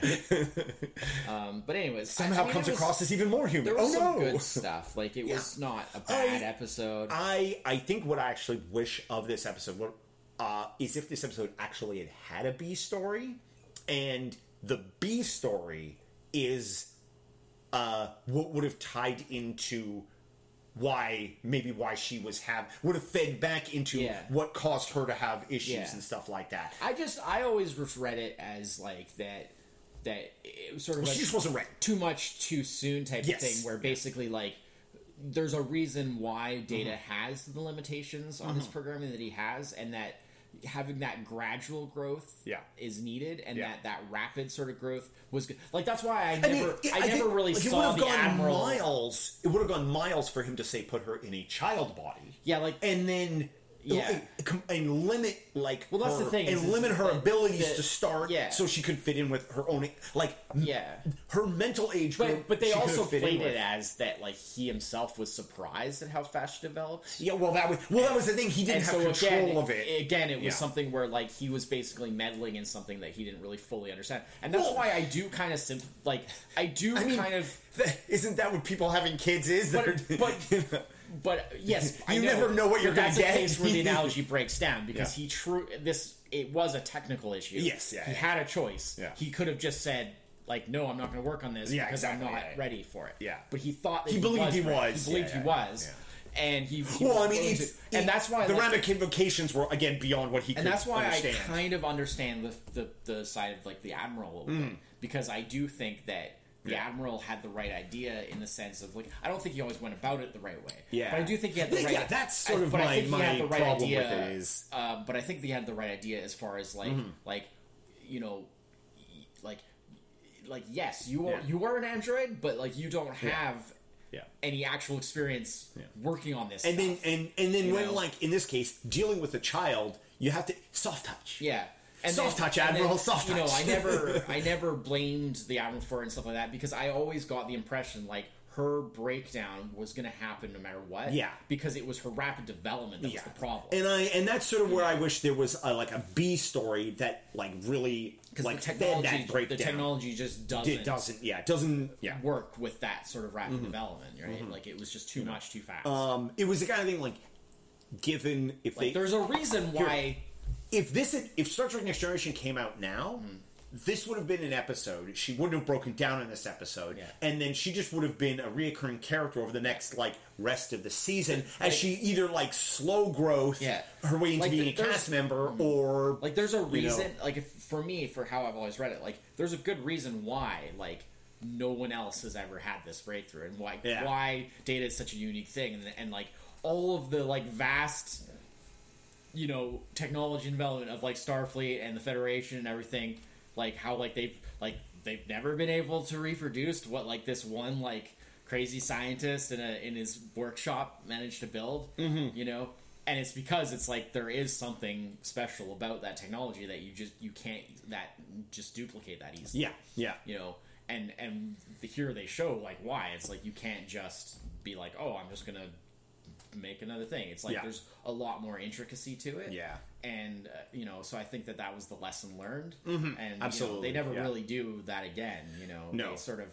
Speaker 2: um, but anyways,
Speaker 1: (laughs) somehow
Speaker 2: I mean, it
Speaker 1: comes
Speaker 2: was-
Speaker 1: across as even more human.
Speaker 2: There
Speaker 1: Oh
Speaker 2: was some
Speaker 1: no! Oh,
Speaker 2: good stuff. Like it was not a bad episode.
Speaker 1: I I think what I actually wish of this episode what, uh, is if this episode actually had had a B story, and the B story is uh, what would have tied into why maybe why she was have would have fed back into
Speaker 2: Yeah.
Speaker 1: what caused her to have issues
Speaker 2: Yeah.
Speaker 1: and stuff like that.
Speaker 2: I just I always just read it as like that that it was sort of
Speaker 1: She
Speaker 2: like
Speaker 1: just wasn't ready.
Speaker 2: too much too soon type
Speaker 1: Yes.
Speaker 2: of thing where basically like there's a reason why Data
Speaker 1: Mm-hmm.
Speaker 2: has the limitations on his programming that he has, and that having that gradual growth
Speaker 1: Yeah.
Speaker 2: is needed, and
Speaker 1: Yeah.
Speaker 2: that that rapid sort of growth was good. Like that's why I
Speaker 1: I
Speaker 2: never
Speaker 1: mean,
Speaker 2: I,
Speaker 1: it- I
Speaker 2: never
Speaker 1: think,
Speaker 2: really
Speaker 1: like, it
Speaker 2: saw
Speaker 1: would've
Speaker 2: the
Speaker 1: gone
Speaker 2: admiral.
Speaker 1: Miles, it would have gone miles for him to say put her in a child body.
Speaker 2: Yeah, like
Speaker 1: and then
Speaker 2: Yeah.
Speaker 1: like, com- and limit like
Speaker 2: Well, that's
Speaker 1: her-
Speaker 2: the thing, is-
Speaker 1: and
Speaker 2: is
Speaker 1: limit her
Speaker 2: that-
Speaker 1: abilities
Speaker 2: that-
Speaker 1: to start
Speaker 2: yeah.
Speaker 1: so she could fit in with her own like m-
Speaker 2: yeah.
Speaker 1: her mental age group
Speaker 2: But, but they
Speaker 1: she could've
Speaker 2: also
Speaker 1: fit in
Speaker 2: played
Speaker 1: with.
Speaker 2: it as that like he himself was surprised at how fast she developed.
Speaker 1: yeah well that was well that was the thing he didn't
Speaker 2: And
Speaker 1: have
Speaker 2: so
Speaker 1: control
Speaker 2: again,
Speaker 1: of it
Speaker 2: again, it was
Speaker 1: Yeah.
Speaker 2: something where like he was basically meddling in something that he didn't really fully understand, and that's
Speaker 1: Well-
Speaker 2: why I do kind of simp- like I do
Speaker 1: I mean,
Speaker 2: kind of,
Speaker 1: that- isn't that what people having kids is (laughs)
Speaker 2: but but but yes, I
Speaker 1: You never know what you're
Speaker 2: but
Speaker 1: gonna
Speaker 2: that's
Speaker 1: get.
Speaker 2: A case where
Speaker 1: (laughs)
Speaker 2: the analogy breaks down because
Speaker 1: Yeah.
Speaker 2: he true this it was a technical issue.
Speaker 1: Yes, yeah,
Speaker 2: he
Speaker 1: yeah.
Speaker 2: had a choice.
Speaker 1: Yeah.
Speaker 2: he could have just said. Like no, I'm not going to work on this
Speaker 1: Yeah,
Speaker 2: because I'm
Speaker 1: exactly,
Speaker 2: not
Speaker 1: yeah, yeah.
Speaker 2: ready for it.
Speaker 1: Yeah.
Speaker 2: but he thought that
Speaker 1: He believed he
Speaker 2: ready.
Speaker 1: was,
Speaker 2: He believed
Speaker 1: yeah,
Speaker 2: he
Speaker 1: yeah,
Speaker 2: was, and he. he
Speaker 1: well
Speaker 2: was
Speaker 1: I mean
Speaker 2: willing
Speaker 1: it's
Speaker 2: to- and that's why
Speaker 1: the
Speaker 2: like,
Speaker 1: ramifications were again beyond what he could
Speaker 2: and that's why
Speaker 1: understand.
Speaker 2: I kind of understand the, the the side of like the admiral a little bit because I do think that the
Speaker 1: Mm. Yeah.
Speaker 2: admiral had the right idea in the sense of like I don't think he always went about it the right way.
Speaker 1: Yeah.
Speaker 2: but I do think he had the
Speaker 1: Yeah,
Speaker 2: right.
Speaker 1: that's sort
Speaker 2: I,
Speaker 1: of
Speaker 2: but
Speaker 1: my-
Speaker 2: I think
Speaker 1: my
Speaker 2: he had the right
Speaker 1: problem
Speaker 2: idea.
Speaker 1: with it is- Mm-hmm.
Speaker 2: uh, but I think he had the right idea as far as like like you know y- like like yes you are
Speaker 1: Yeah.
Speaker 2: you are an android but like you don't have
Speaker 1: Yeah.
Speaker 2: any actual experience working on this
Speaker 1: and
Speaker 2: stuff.
Speaker 1: then and and then
Speaker 2: You
Speaker 1: when
Speaker 2: know?
Speaker 1: like in this case dealing with a child you have to soft touch
Speaker 2: Yeah. And
Speaker 1: Soft touch,
Speaker 2: and
Speaker 1: Admiral, soft
Speaker 2: You know,
Speaker 1: touch. (laughs)
Speaker 2: I never, I never blamed the Admiral for it and stuff like that because I always got the impression like her breakdown was going to happen no matter what.
Speaker 1: Yeah.
Speaker 2: because it was her rapid development that
Speaker 1: Yeah.
Speaker 2: was the problem.
Speaker 1: And uh, I and that's sort of where I wish there was a, like a B story that like really
Speaker 2: because
Speaker 1: like
Speaker 2: the
Speaker 1: fed
Speaker 2: technology,
Speaker 1: that breakdown.
Speaker 2: the technology just doesn't,
Speaker 1: it doesn't yeah it doesn't yeah. Mm-hmm.
Speaker 2: work with that sort of rapid development, right? Like it was just too much, too fast.
Speaker 1: Um, it was the kind of thing like given if they
Speaker 2: There's a reason why.
Speaker 1: if this had, if Star Trek Next Generation came out now.
Speaker 2: Mm-hmm.
Speaker 1: This would have been an episode. She wouldn't have broken down in this episode,
Speaker 2: Yeah.
Speaker 1: and then she just would have been a reoccurring character over the next like rest of the season, as she either like slow growth,
Speaker 2: Yeah.
Speaker 1: her way into
Speaker 2: Like,
Speaker 1: being a
Speaker 2: there's- Mm-hmm.
Speaker 1: cast member, or
Speaker 2: Like, there's a
Speaker 1: know.
Speaker 2: reason. Like, if, for me, for how I've always read it, like, there's a good reason why, like, no one else has ever had this breakthrough, and why
Speaker 1: Yeah.
Speaker 2: why data is such a unique thing, and, and like all of the like vast, you know, technology development of like Starfleet and the Federation and everything, like how like they've like they've never been able to reproduce what like this one like crazy scientist in a in his workshop managed to build, you know. And it's because it's like there is something special about that technology that you just you can't that just duplicate that easily
Speaker 1: yeah, yeah,
Speaker 2: you know and and the- here they show like why it's like you can't just be like oh i'm just gonna make another thing it's like
Speaker 1: Yeah.
Speaker 2: there's a lot more intricacy to it
Speaker 1: Yeah.
Speaker 2: and uh, you know so i think that that was the lesson learned and you know,
Speaker 1: Mm-hmm. Absolutely,
Speaker 2: they never
Speaker 1: yeah.
Speaker 2: really do that again you know
Speaker 1: No.
Speaker 2: they sort of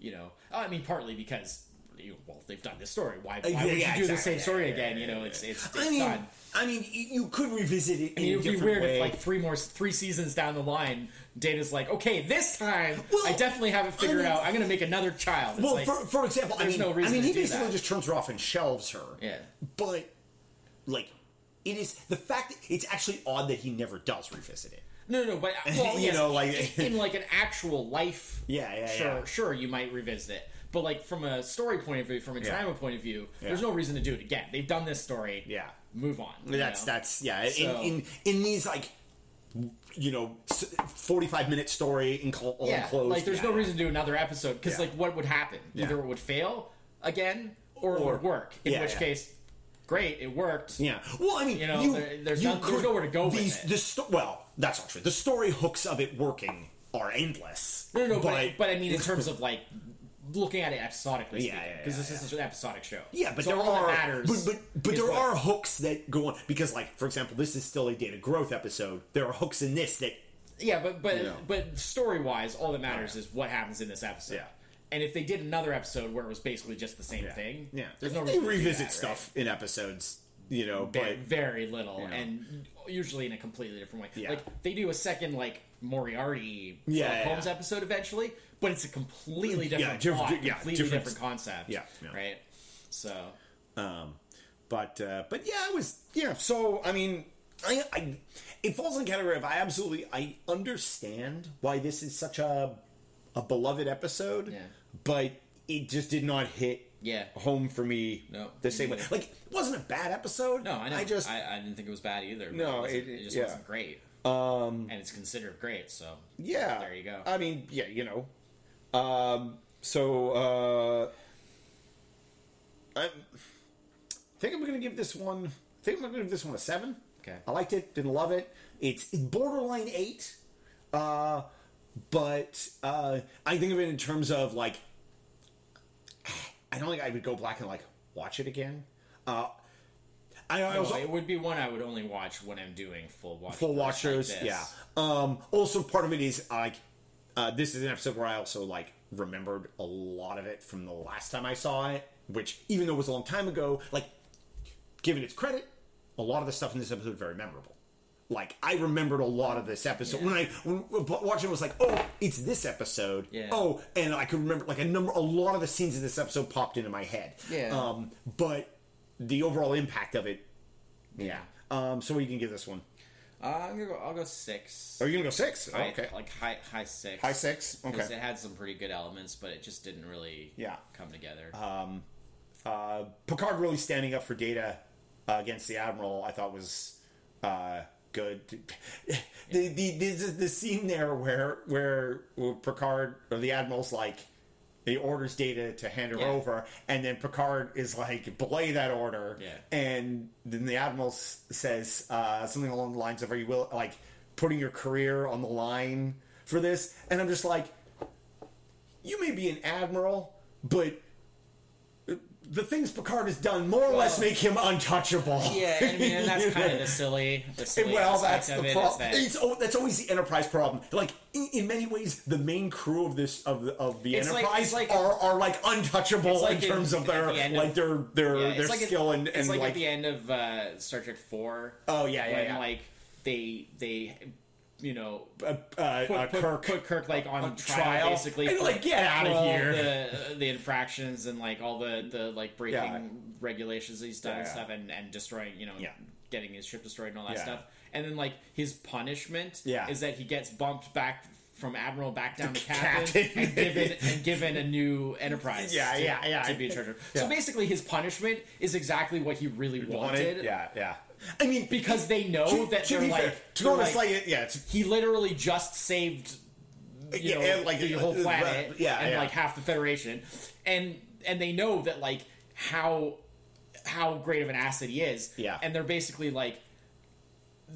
Speaker 2: you know oh, i mean partly because you know, well they've done this story why, why
Speaker 1: yeah,
Speaker 2: would you do
Speaker 1: Uh, yeah,
Speaker 2: the
Speaker 1: exactly.
Speaker 2: same
Speaker 1: Yeah,
Speaker 2: story
Speaker 1: yeah,
Speaker 2: again
Speaker 1: yeah,
Speaker 2: you know
Speaker 1: yeah,
Speaker 2: it's it's, it's
Speaker 1: I mean,
Speaker 2: done
Speaker 1: I mean, y- you could revisit it.
Speaker 2: I
Speaker 1: in
Speaker 2: mean, it
Speaker 1: a
Speaker 2: would be
Speaker 1: different
Speaker 2: weird
Speaker 1: way.
Speaker 2: if like three more three seasons down the line, Data's like, okay, this time I
Speaker 1: Well,
Speaker 2: definitely have it figured
Speaker 1: I mean-
Speaker 2: out. I'm gonna make another child. It's
Speaker 1: well,
Speaker 2: like,
Speaker 1: for, for example, I
Speaker 2: there's
Speaker 1: mean,
Speaker 2: no
Speaker 1: I
Speaker 2: reason
Speaker 1: mean,
Speaker 2: to
Speaker 1: he
Speaker 2: do
Speaker 1: basically
Speaker 2: that.
Speaker 1: just turns her off and shelves her.
Speaker 2: yeah,
Speaker 1: But like, it is the fact that it's actually odd that he never does revisit it.
Speaker 2: no, no, no,
Speaker 1: (laughs)
Speaker 2: but well,
Speaker 1: You
Speaker 2: yes,
Speaker 1: know, like-
Speaker 2: in like an actual life,
Speaker 1: (laughs) Yeah, yeah,
Speaker 2: sure,
Speaker 1: yeah.
Speaker 2: sure, you might revisit it. But like from a story point of view, from a
Speaker 1: Yeah.
Speaker 2: drama point of view, there's no reason to do it again. They've done this story.
Speaker 1: Yeah.
Speaker 2: move on. you
Speaker 1: That's
Speaker 2: know?
Speaker 1: that's yeah.
Speaker 2: So-
Speaker 1: In, in in these like, you know, forty five minute story in cl- all
Speaker 2: yeah.
Speaker 1: enclosed.
Speaker 2: Like there's
Speaker 1: yeah,
Speaker 2: no
Speaker 1: yeah.
Speaker 2: reason to do another episode because
Speaker 1: Yeah.
Speaker 2: like what would happen? Either
Speaker 1: Yeah.
Speaker 2: it would fail again, or, it
Speaker 1: Or-
Speaker 2: would work. In
Speaker 1: yeah,
Speaker 2: which
Speaker 1: yeah.
Speaker 2: case, great, it worked.
Speaker 1: Yeah. Well, I mean,
Speaker 2: You know, there- there's not- there's nowhere to go with
Speaker 1: These,
Speaker 2: it.
Speaker 1: The sto- well, that's not true. The story hooks of it working are endless.
Speaker 2: No, no, no, but, but, I mean in terms of like looking at it episodically,
Speaker 1: Yeah,
Speaker 2: because
Speaker 1: yeah, yeah,
Speaker 2: this is an episodic show.
Speaker 1: Yeah, but
Speaker 2: So
Speaker 1: there
Speaker 2: all
Speaker 1: are
Speaker 2: that matters.
Speaker 1: but but, but
Speaker 2: is
Speaker 1: there
Speaker 2: what-
Speaker 1: are hooks that go on because like for example, this is still a data growth episode. There are hooks in this that
Speaker 2: yeah, but but
Speaker 1: Yeah.
Speaker 2: but story wise, all that matters is what happens in this episode.
Speaker 1: Yeah.
Speaker 2: And if they did another episode where it was basically just the same thing,
Speaker 1: Yeah,
Speaker 2: there's no
Speaker 1: they
Speaker 2: reason to do
Speaker 1: revisit
Speaker 2: that, right?
Speaker 1: stuff in episodes, you know.
Speaker 2: Ve-
Speaker 1: But
Speaker 2: very little
Speaker 1: know.
Speaker 2: and usually in a completely different way.
Speaker 1: Yeah.
Speaker 2: Like they do a second like Moriarty
Speaker 1: Yeah,
Speaker 2: Sherlock
Speaker 1: yeah,
Speaker 2: Holmes
Speaker 1: yeah.
Speaker 2: episode eventually, but it's a completely
Speaker 1: Yeah,
Speaker 2: different
Speaker 1: diff-
Speaker 2: plot,
Speaker 1: di- yeah,
Speaker 2: completely
Speaker 1: different-
Speaker 2: different, concept.
Speaker 1: Yeah, yeah.
Speaker 2: Right? So
Speaker 1: but uh, but yeah, it was yeah. So I mean, I, I it falls in the category of I absolutely I understand why this is such a a beloved episode,
Speaker 2: Yeah.
Speaker 1: but it just did not hit
Speaker 2: Yeah.
Speaker 1: home for me.
Speaker 2: No.
Speaker 1: the same way.
Speaker 2: Yeah.
Speaker 1: Like, it wasn't a bad episode.
Speaker 2: No, I know.
Speaker 1: I just
Speaker 2: I, I didn't think it was bad either. but
Speaker 1: No,
Speaker 2: it,
Speaker 1: it-
Speaker 2: wasn't-
Speaker 1: it-
Speaker 2: it just
Speaker 1: yeah.
Speaker 2: wasn't great. Um, and it's considered great, so
Speaker 1: Yeah.
Speaker 2: There you go.
Speaker 1: I mean, yeah, you know. Um, so uh, I'm, I think I'm going to give this one. I think I'm going to give this one a seven.
Speaker 2: Okay.
Speaker 1: I liked it. Didn't love it. It's borderline eight. Uh, but uh, I think of it in terms of like. I don't think I would go black and like watch it again. Uh, I, I
Speaker 2: No,
Speaker 1: also,
Speaker 2: it would be one I would only watch when I'm doing full watch.
Speaker 1: full
Speaker 2: watchers,
Speaker 1: watchers. yeah. Um, also, part of it is like uh, this is an episode where I also like remembered a lot of it from the last time I saw it, which even though it was a long time ago, like given its credit, a lot of the stuff in this episode is very memorable. Like I remembered a lot of this episode when I when, when watching it was like, oh, it's this episode.
Speaker 2: Yeah.
Speaker 1: Oh, and I could remember like a number, a lot of the scenes in this episode popped into my head.
Speaker 2: Yeah.
Speaker 1: Um, but the overall impact of it, yeah. Um, so we can give this one.
Speaker 2: Uh, I'm gonna go. I'll go six.
Speaker 1: Oh, you gonna go six? Oh,
Speaker 2: High-
Speaker 1: okay.
Speaker 2: Like high, high six.
Speaker 1: High six?
Speaker 2: Because
Speaker 1: Okay.
Speaker 2: it had some pretty good elements, but it just didn't really
Speaker 1: Yeah. Uh-huh.
Speaker 2: come together.
Speaker 1: Uh, Picard really standing up for Data uh, against the Admiral, I thought was uh, good. (laughs) the, the this is the scene there where where where Picard or the Admiral's like he orders Data to hand her
Speaker 2: Yeah.
Speaker 1: over, and then Picard is like belay that order,
Speaker 2: Yeah.
Speaker 1: and then the Admiral s- says uh, something along the lines of "Are you will like putting your career on the line for this?" And I'm just like. you may be an admiral, but the things Picard has done more or less make him untouchable.
Speaker 2: yeah, and, I mean, and that's kind of
Speaker 1: (laughs)
Speaker 2: the silly. The silly
Speaker 1: well,
Speaker 2: aspect
Speaker 1: that's
Speaker 2: of
Speaker 1: the
Speaker 2: it is
Speaker 1: problem.
Speaker 2: that-
Speaker 1: It's oh, that's always the Enterprise problem. Like in, in many ways, the main crew of this of the, of the
Speaker 2: It's like-
Speaker 1: Enterprise
Speaker 2: it's like-
Speaker 1: are, are like untouchable
Speaker 2: like
Speaker 1: in
Speaker 2: in-
Speaker 1: terms of
Speaker 2: at
Speaker 1: their
Speaker 2: the end
Speaker 1: like
Speaker 2: of-
Speaker 1: their their
Speaker 2: Yeah,
Speaker 1: their
Speaker 2: it's like at-
Speaker 1: skill and and
Speaker 2: it's like,
Speaker 1: like,
Speaker 2: at the end of uh, Star Trek Four.
Speaker 1: Oh, yeah, yeah,
Speaker 2: when,
Speaker 1: yeah.
Speaker 2: Like they they you know
Speaker 1: uh, uh,
Speaker 2: put,
Speaker 1: uh,
Speaker 2: put-
Speaker 1: Kirk.
Speaker 2: put Kirk like on, trial,
Speaker 1: trial.
Speaker 2: basically
Speaker 1: And,
Speaker 2: for-
Speaker 1: like, get outta
Speaker 2: for all
Speaker 1: here.
Speaker 2: the, the infractions and like all the the like breaking regulations that he's done and
Speaker 1: Yeah.
Speaker 2: stuff and and destroying you know
Speaker 1: Yeah.
Speaker 2: getting his ship destroyed and all that
Speaker 1: Yeah.
Speaker 2: stuff and then like his punishment
Speaker 1: Yeah.
Speaker 2: is that he gets bumped back from admiral back down to captain,
Speaker 1: captain.
Speaker 2: and given and given a
Speaker 1: (laughs)
Speaker 2: new enterprise
Speaker 1: Yeah,
Speaker 2: to,
Speaker 1: yeah, yeah.
Speaker 2: to be a treasure
Speaker 1: Yeah.
Speaker 2: so basically his punishment is exactly what he really wanted,
Speaker 1: yeah, yeah. I mean,
Speaker 2: because they know
Speaker 1: to,
Speaker 2: oh, that
Speaker 1: to
Speaker 2: they're
Speaker 1: be
Speaker 2: like
Speaker 1: fair, to
Speaker 2: they're
Speaker 1: go to
Speaker 2: like-
Speaker 1: slight, yeah, it's
Speaker 2: he literally just saved you
Speaker 1: Yeah,
Speaker 2: know,
Speaker 1: and, like,
Speaker 2: the
Speaker 1: uh,
Speaker 2: whole
Speaker 1: uh,
Speaker 2: planet
Speaker 1: yeah,
Speaker 2: and
Speaker 1: yeah.
Speaker 2: like half the federation and and they know that like how how great of an asset he is
Speaker 1: Yeah.
Speaker 2: and they're basically like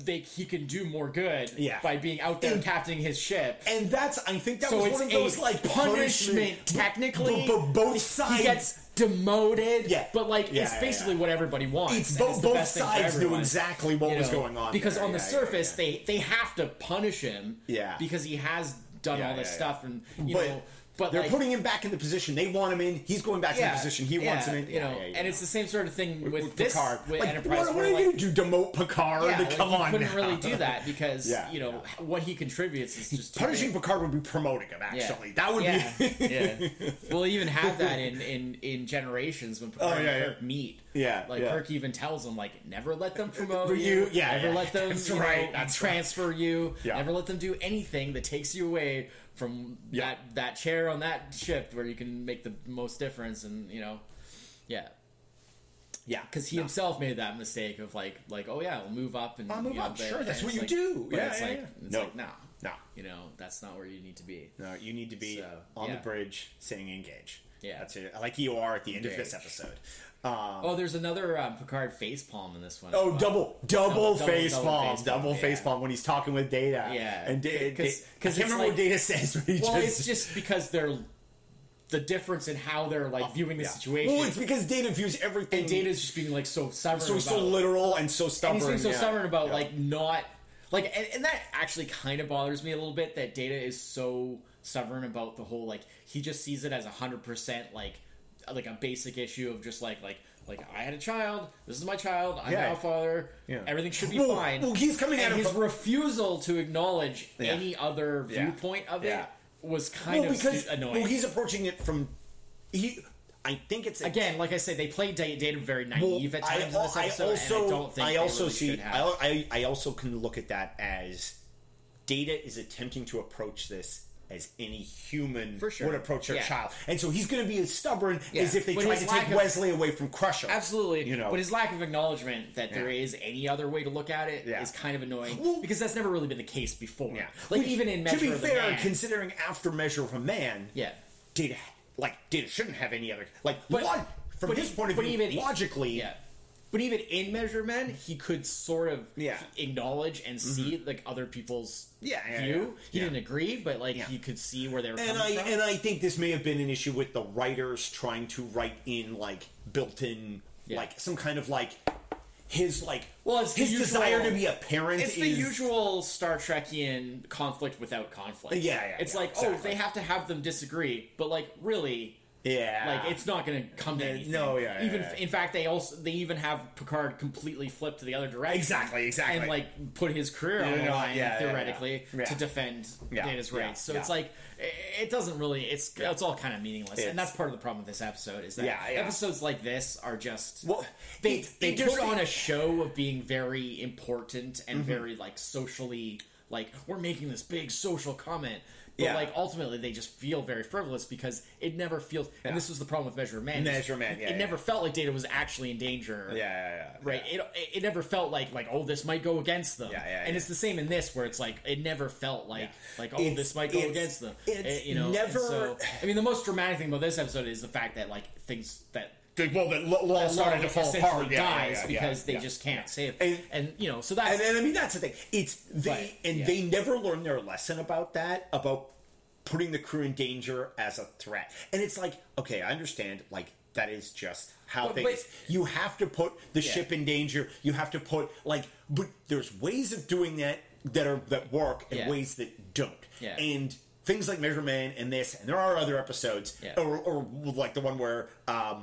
Speaker 2: they he can do more good
Speaker 1: Yeah.
Speaker 2: by being out there
Speaker 1: And-
Speaker 2: captaining his ship
Speaker 1: And that's, I think that
Speaker 2: so
Speaker 1: was
Speaker 2: it's
Speaker 1: one of those
Speaker 2: a
Speaker 1: like
Speaker 2: punishment,
Speaker 1: punishment.
Speaker 2: technically
Speaker 1: b- b- both sides-
Speaker 2: he gets demoted
Speaker 1: Yeah.
Speaker 2: but like
Speaker 1: Yeah,
Speaker 2: it's
Speaker 1: yeah,
Speaker 2: basically
Speaker 1: yeah.
Speaker 2: what everybody wants
Speaker 1: It's
Speaker 2: and
Speaker 1: bo-
Speaker 2: the
Speaker 1: both
Speaker 2: best thing for
Speaker 1: sides knew
Speaker 2: everyone.
Speaker 1: exactly what was
Speaker 2: know,
Speaker 1: going on
Speaker 2: because
Speaker 1: there.
Speaker 2: on the
Speaker 1: Yeah, yeah,
Speaker 2: surface
Speaker 1: yeah.
Speaker 2: they they have to punish him
Speaker 1: Yeah.
Speaker 2: because he has done
Speaker 1: Yeah,
Speaker 2: all this
Speaker 1: yeah, yeah.
Speaker 2: stuff and you
Speaker 1: But
Speaker 2: know but
Speaker 1: they're
Speaker 2: like,
Speaker 1: putting him back in the position they want him in. He's going back to
Speaker 2: yeah,
Speaker 1: the position he
Speaker 2: yeah,
Speaker 1: wants him in.
Speaker 2: you know
Speaker 1: Yeah, yeah, yeah,
Speaker 2: and it's the same sort of thing with,
Speaker 1: with
Speaker 2: this
Speaker 1: Picard.
Speaker 2: with
Speaker 1: like,
Speaker 2: Enterprise
Speaker 1: what, what
Speaker 2: where,
Speaker 1: are you
Speaker 2: like,
Speaker 1: going to do? Demote Picard?
Speaker 2: yeah, like,
Speaker 1: Come
Speaker 2: you
Speaker 1: on,
Speaker 2: couldn't
Speaker 1: now.
Speaker 2: really do that
Speaker 1: (laughs)
Speaker 2: because
Speaker 1: Yeah,
Speaker 2: you know what he contributes is just too
Speaker 1: Punishing
Speaker 2: big.
Speaker 1: Picard would be promoting him.
Speaker 2: Yeah.
Speaker 1: Actually, that would
Speaker 2: yeah,
Speaker 1: (laughs) be.
Speaker 2: yeah. We'll even have that in in in generations when Picard
Speaker 1: Oh, yeah,
Speaker 2: and
Speaker 1: yeah.
Speaker 2: Kirk meet.
Speaker 1: Yeah,
Speaker 2: like
Speaker 1: yeah.
Speaker 2: Kirk even tells him like, never
Speaker 1: (laughs)
Speaker 2: let them promote
Speaker 1: For
Speaker 2: you.
Speaker 1: you- yeah,
Speaker 2: never
Speaker 1: yeah.
Speaker 2: let them
Speaker 1: That's
Speaker 2: you know,
Speaker 1: right, that's
Speaker 2: transfer you.
Speaker 1: Yeah.
Speaker 2: Never let them do anything that takes you away from
Speaker 1: Yeah.
Speaker 2: that that chair on that ship where you can make the most difference. And you know, yeah.
Speaker 1: Yeah,
Speaker 2: Because he himself made that mistake of like, like, oh yeah, we'll move up and
Speaker 1: I'll move
Speaker 2: you know,
Speaker 1: up.
Speaker 2: but-
Speaker 1: Sure, that's
Speaker 2: and
Speaker 1: what
Speaker 2: it's
Speaker 1: you
Speaker 2: like-
Speaker 1: do.
Speaker 2: But
Speaker 1: Yeah,
Speaker 2: it's
Speaker 1: yeah,
Speaker 2: like,
Speaker 1: yeah.
Speaker 2: it's
Speaker 1: No.
Speaker 2: like, nah,
Speaker 1: No.
Speaker 2: you know, that's not where you need to be.
Speaker 1: No, you need to be
Speaker 2: So,
Speaker 1: on the
Speaker 2: yeah.
Speaker 1: bridge saying engage.
Speaker 2: Yeah.
Speaker 1: that's it. Like you are at the end of this
Speaker 2: Engage.
Speaker 1: episode. Um,
Speaker 2: Oh, there's another um, Picard facepalm in this one.
Speaker 1: Oh, double, double,
Speaker 2: Double- double-
Speaker 1: face
Speaker 2: double
Speaker 1: palm,
Speaker 2: facepalm,
Speaker 1: double
Speaker 2: yeah.
Speaker 1: face palm when he's talking with Data.
Speaker 2: Yeah.
Speaker 1: and Data,
Speaker 2: 'Cause-
Speaker 1: because
Speaker 2: 'cause
Speaker 1: I can't
Speaker 2: it's
Speaker 1: remember what
Speaker 2: like-
Speaker 1: Data says, but he
Speaker 2: Well,
Speaker 1: just,
Speaker 2: it's just because they're the difference in how they're like viewing the
Speaker 1: yeah.
Speaker 2: situation.
Speaker 1: Well, it's because Data views everything.
Speaker 2: and Data's just being like so stubborn.
Speaker 1: so he's so
Speaker 2: about-
Speaker 1: literal and so stubborn.
Speaker 2: and he's being so
Speaker 1: yeah.
Speaker 2: stubborn about
Speaker 1: Yeah.
Speaker 2: like not like, and, and that actually kind of bothers me a little bit that Data is so stubborn about the whole like he just sees it as a hundred percent like like a basic issue of just like like like I had a child. This is my child. I'm
Speaker 1: Yeah.
Speaker 2: now a father.
Speaker 1: Yeah.
Speaker 2: Everything should be
Speaker 1: Well,
Speaker 2: fine.
Speaker 1: well, he's coming at
Speaker 2: and
Speaker 1: him
Speaker 2: his
Speaker 1: from-
Speaker 2: refusal to acknowledge
Speaker 1: Yeah.
Speaker 2: any other
Speaker 1: Yeah.
Speaker 2: viewpoint of
Speaker 1: Yeah.
Speaker 2: it was kind
Speaker 1: Well,
Speaker 2: of
Speaker 1: because
Speaker 2: stu- annoying.
Speaker 1: well, he's approaching it from he. I think it's
Speaker 2: Again, like I said, they played Da- Data very naive at times
Speaker 1: al-
Speaker 2: in this episode, and I don't think
Speaker 1: I
Speaker 2: they
Speaker 1: also
Speaker 2: really
Speaker 1: see.
Speaker 2: should have.
Speaker 1: I, al- I I also can look at that as Data is attempting to approach this as any human
Speaker 2: For sure.
Speaker 1: would approach their
Speaker 2: Yeah.
Speaker 1: child. And so he's going to be as stubborn
Speaker 2: Yeah.
Speaker 1: as if they
Speaker 2: But
Speaker 1: tried
Speaker 2: his
Speaker 1: to take
Speaker 2: lack of-
Speaker 1: Wesley away from Crusher.
Speaker 2: Absolutely,
Speaker 1: You know.
Speaker 2: but his lack of acknowledgement that there
Speaker 1: Yeah.
Speaker 2: is any other way to look at it is
Speaker 1: Yeah.
Speaker 2: kind of annoying
Speaker 1: Well-
Speaker 2: because that's never really been the case before.
Speaker 1: Yeah.
Speaker 2: Like
Speaker 1: Which,
Speaker 2: even in
Speaker 1: to
Speaker 2: Measure
Speaker 1: be
Speaker 2: of the
Speaker 1: fair,
Speaker 2: Man,
Speaker 1: considering after Measure of a Man,
Speaker 2: yeah,
Speaker 1: did like did shouldn't have any other like
Speaker 2: But-
Speaker 1: log- from
Speaker 2: but
Speaker 1: his
Speaker 2: he-
Speaker 1: point of
Speaker 2: but
Speaker 1: view
Speaker 2: even- e
Speaker 1: logically
Speaker 2: yeah. But even in Measure of Men, he could sort of
Speaker 1: Yeah.
Speaker 2: acknowledge and see like other people's
Speaker 1: Yeah, yeah,
Speaker 2: view.
Speaker 1: yeah.
Speaker 2: He
Speaker 1: Yeah.
Speaker 2: didn't agree, but like
Speaker 1: Yeah.
Speaker 2: he could see where they were
Speaker 1: and I
Speaker 2: coming from.
Speaker 1: and I think this may have been an issue with the writers trying to write in like built-in
Speaker 2: Yeah.
Speaker 1: like some kind of like his like
Speaker 2: Well, it's the
Speaker 1: his
Speaker 2: usual-
Speaker 1: desire to be a parent
Speaker 2: It's
Speaker 1: is
Speaker 2: the usual Star Trekian conflict without conflict.
Speaker 1: Yeah, yeah,
Speaker 2: It's
Speaker 1: yeah,
Speaker 2: like, oh,
Speaker 1: exactly.
Speaker 2: they have to have them disagree, but like, really,
Speaker 1: yeah
Speaker 2: like it's not going to come to anything.
Speaker 1: no, Ah. yeah, yeah,
Speaker 2: even
Speaker 1: yeah.
Speaker 2: in fact, they also they even have Picard completely flip to the other direction.
Speaker 1: Exactly, exactly.
Speaker 2: and like put his career on
Speaker 1: Yeah,
Speaker 2: the
Speaker 1: no,
Speaker 2: line
Speaker 1: yeah, yeah,
Speaker 2: theoretically
Speaker 1: yeah.
Speaker 2: to defend
Speaker 1: Yeah,
Speaker 2: Data's
Speaker 1: yeah,
Speaker 2: rights. So
Speaker 1: yeah.
Speaker 2: it's like i- it doesn't really. It's it's all kind of meaningless,
Speaker 1: It's-
Speaker 2: and that's part of the problem with this episode is that
Speaker 1: Yeah, yeah.
Speaker 2: episodes like this are just
Speaker 1: Well,
Speaker 2: they
Speaker 1: it's
Speaker 2: they put
Speaker 1: interesting- Mm-hmm.
Speaker 2: on a show of being very important and very like socially like we're making this big social comment but
Speaker 1: Yeah.
Speaker 2: like ultimately they just feel very frivolous because it never feels and this was the problem with measure of man is
Speaker 1: Measure of Man, yeah,
Speaker 2: it
Speaker 1: yeah.
Speaker 2: never felt like data was actually in danger
Speaker 1: yeah, yeah, yeah
Speaker 2: right
Speaker 1: yeah.
Speaker 2: it, it never felt like like oh this might go against them
Speaker 1: Yeah, yeah,
Speaker 2: and
Speaker 1: yeah.
Speaker 2: it's the same in this where it's like it never felt like like oh
Speaker 1: It's-
Speaker 2: this might go
Speaker 1: it's-
Speaker 2: against them
Speaker 1: it's
Speaker 2: Eh, you know and
Speaker 1: never-
Speaker 2: so- i mean the most dramatic thing about this episode is the fact that like things that
Speaker 1: Like, well that law
Speaker 2: that
Speaker 1: started
Speaker 2: law
Speaker 1: to fall
Speaker 2: essentially
Speaker 1: apart yeah, yeah,
Speaker 2: dies
Speaker 1: yeah, yeah,
Speaker 2: because they
Speaker 1: yeah.
Speaker 2: just can't save
Speaker 1: And-
Speaker 2: and, you know so that's
Speaker 1: and, and I mean that's the thing. It's they
Speaker 2: But,
Speaker 1: and
Speaker 2: yeah.
Speaker 1: they never learn their lesson about that about putting the crew in danger as a threat. And it's like, okay, I understand. Like that is just how
Speaker 2: But-
Speaker 1: things.
Speaker 2: but-
Speaker 1: you have to put the ship in danger. You have to put like, but there's ways of doing that that are that work and
Speaker 2: Yeah.
Speaker 1: ways that don't.
Speaker 2: Yeah.
Speaker 1: And things like Measure Man and this, and there are other episodes,
Speaker 2: Yeah.
Speaker 1: or, or like the one where um,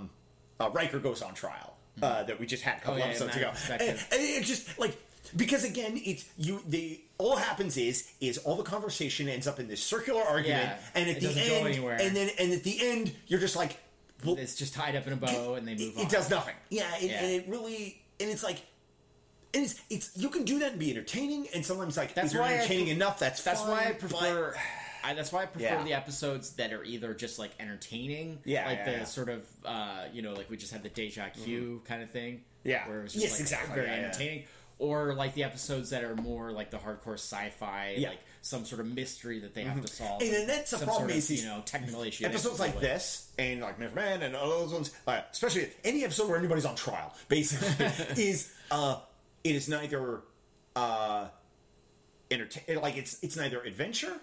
Speaker 1: uh, Riker goes on trial. Uh, that we just had a couple
Speaker 2: Oh, yeah,
Speaker 1: episodes
Speaker 2: Mad
Speaker 1: ago,
Speaker 2: Perspective.
Speaker 1: And- and it just like because again, it's you. The all happens is is all the conversation ends up in this circular argument,
Speaker 2: Yeah,
Speaker 1: and at
Speaker 2: it
Speaker 1: the
Speaker 2: doesn't go
Speaker 1: end,
Speaker 2: anywhere.
Speaker 1: and then and at the end, you're just like, well, it,
Speaker 2: it's just tied up in a bow and they move on
Speaker 1: it does nothing. Yeah, and,
Speaker 2: Yeah.
Speaker 1: and it really, and it's like. And it's, it's you can do that and be entertaining, and sometimes like
Speaker 2: That's
Speaker 1: if you're
Speaker 2: why I
Speaker 1: entertaining
Speaker 2: pre-
Speaker 1: enough, that's
Speaker 2: that's
Speaker 1: fine,
Speaker 2: why I
Speaker 1: but-
Speaker 2: prefer. I, that's why I prefer
Speaker 1: Yeah.
Speaker 2: the episodes that are either just like entertaining,
Speaker 1: Yeah,
Speaker 2: like
Speaker 1: yeah,
Speaker 2: the
Speaker 1: yeah.
Speaker 2: sort of uh, you know, like we just had the deja Q kind of thing,
Speaker 1: Mm-hmm. Yeah.
Speaker 2: where it was just
Speaker 1: Yes,
Speaker 2: like
Speaker 1: exactly,
Speaker 2: very
Speaker 1: yeah, yeah.
Speaker 2: entertaining, or like the episodes that are more like the hardcore sci-fi,
Speaker 1: Yeah.
Speaker 2: like some sort of mystery that they have to solve,
Speaker 1: Mm-hmm. And then that's the
Speaker 2: some
Speaker 1: problem
Speaker 2: sort of,
Speaker 1: is these
Speaker 2: you know technical issue. they have to
Speaker 1: episodes
Speaker 2: deal
Speaker 1: like
Speaker 2: with.
Speaker 1: this and like Mr. Man and all those ones, uh, especially any episode where anybody's on trial, (laughs) basically, is uh, it is neither uh, entertain like it's it's neither adventure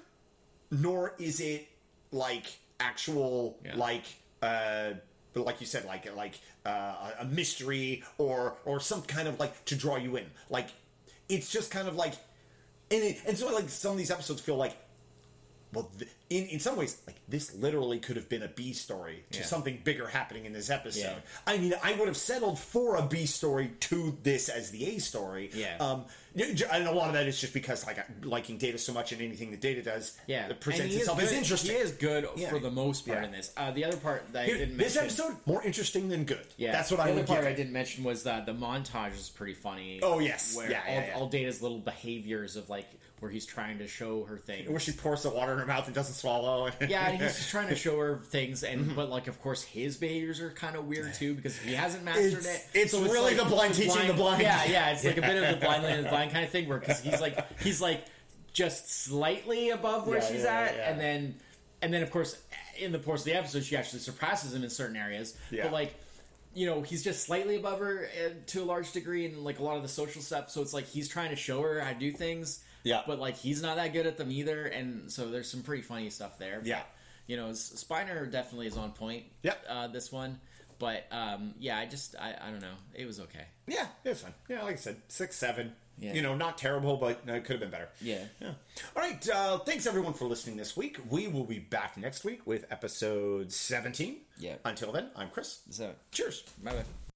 Speaker 1: nor is it like actual
Speaker 2: Yeah.
Speaker 1: like uh but like you said like like uh, a mystery or or some kind of like to draw you in like it's just kind of like and it, and so like some of these episodes feel like well th- in in some ways like this literally could have been a B story to
Speaker 2: Yeah.
Speaker 1: something bigger happening in this episode
Speaker 2: Yeah.
Speaker 1: I mean I would have settled for a B story to this as the A story
Speaker 2: Yeah.
Speaker 1: um y- j- and a lot of that is just because like I- liking data so much and anything that data does
Speaker 2: yeah,
Speaker 1: it presents
Speaker 2: And he is
Speaker 1: itself as
Speaker 2: good-
Speaker 1: interesting
Speaker 2: He is good
Speaker 1: Yeah.
Speaker 2: for the most part
Speaker 1: Yeah.
Speaker 2: in this. Uh, the other part that I didn't
Speaker 1: this
Speaker 2: mention,
Speaker 1: episode more interesting than good
Speaker 2: Yeah,
Speaker 1: that's what
Speaker 2: the
Speaker 1: I
Speaker 2: other
Speaker 1: would
Speaker 2: part
Speaker 1: give
Speaker 2: I
Speaker 1: it.
Speaker 2: didn't mention was that the montage is pretty funny.
Speaker 1: Oh, yes.
Speaker 2: where
Speaker 1: Yeah,
Speaker 2: all,
Speaker 1: yeah, yeah.
Speaker 2: all Data's little behaviors of like where he's trying to show her things.
Speaker 1: where she pours the water in her mouth and doesn't swallow
Speaker 2: yeah, and he's just trying to show her things, and
Speaker 1: Mm-hmm.
Speaker 2: but like of course his behaviors are kind of weird too because he hasn't mastered
Speaker 1: It's-
Speaker 2: it.
Speaker 1: it's really the blind teaching the blind.
Speaker 2: Yeah, yeah, it's like a bit of the
Speaker 1: (laughs)
Speaker 2: blind leading the blind kind of thing where because he's like he's like just slightly above where
Speaker 1: Yeah,
Speaker 2: she's
Speaker 1: yeah,
Speaker 2: at,
Speaker 1: yeah.
Speaker 2: and then and then of course in the course of the episode she actually surpasses him in certain areas,
Speaker 1: Yeah.
Speaker 2: but like. You know he's just slightly above her uh, to a large degree, and like a lot of the social stuff. So it's like he's trying to show her how to do things,
Speaker 1: Yeah.
Speaker 2: But like he's not that good at them either, and so there's some pretty funny stuff there.
Speaker 1: (laughs)
Speaker 2: But,
Speaker 1: Yeah.
Speaker 2: you know, S- Spiner definitely is on point.
Speaker 1: Yep.
Speaker 2: uh, this one, but um, yeah, I just I, I don't know, it was okay.
Speaker 1: yeah it was fun yeah like I said six seven
Speaker 2: Yeah.
Speaker 1: you know not terrible but no, it could have been better
Speaker 2: Yeah,
Speaker 1: Yeah. All right. Uh, thanks everyone for listening this week. We will be back next week with episode 17.
Speaker 2: Yeah.
Speaker 1: Until then, I'm Chris.
Speaker 2: so
Speaker 1: Cheers.
Speaker 2: bye bye.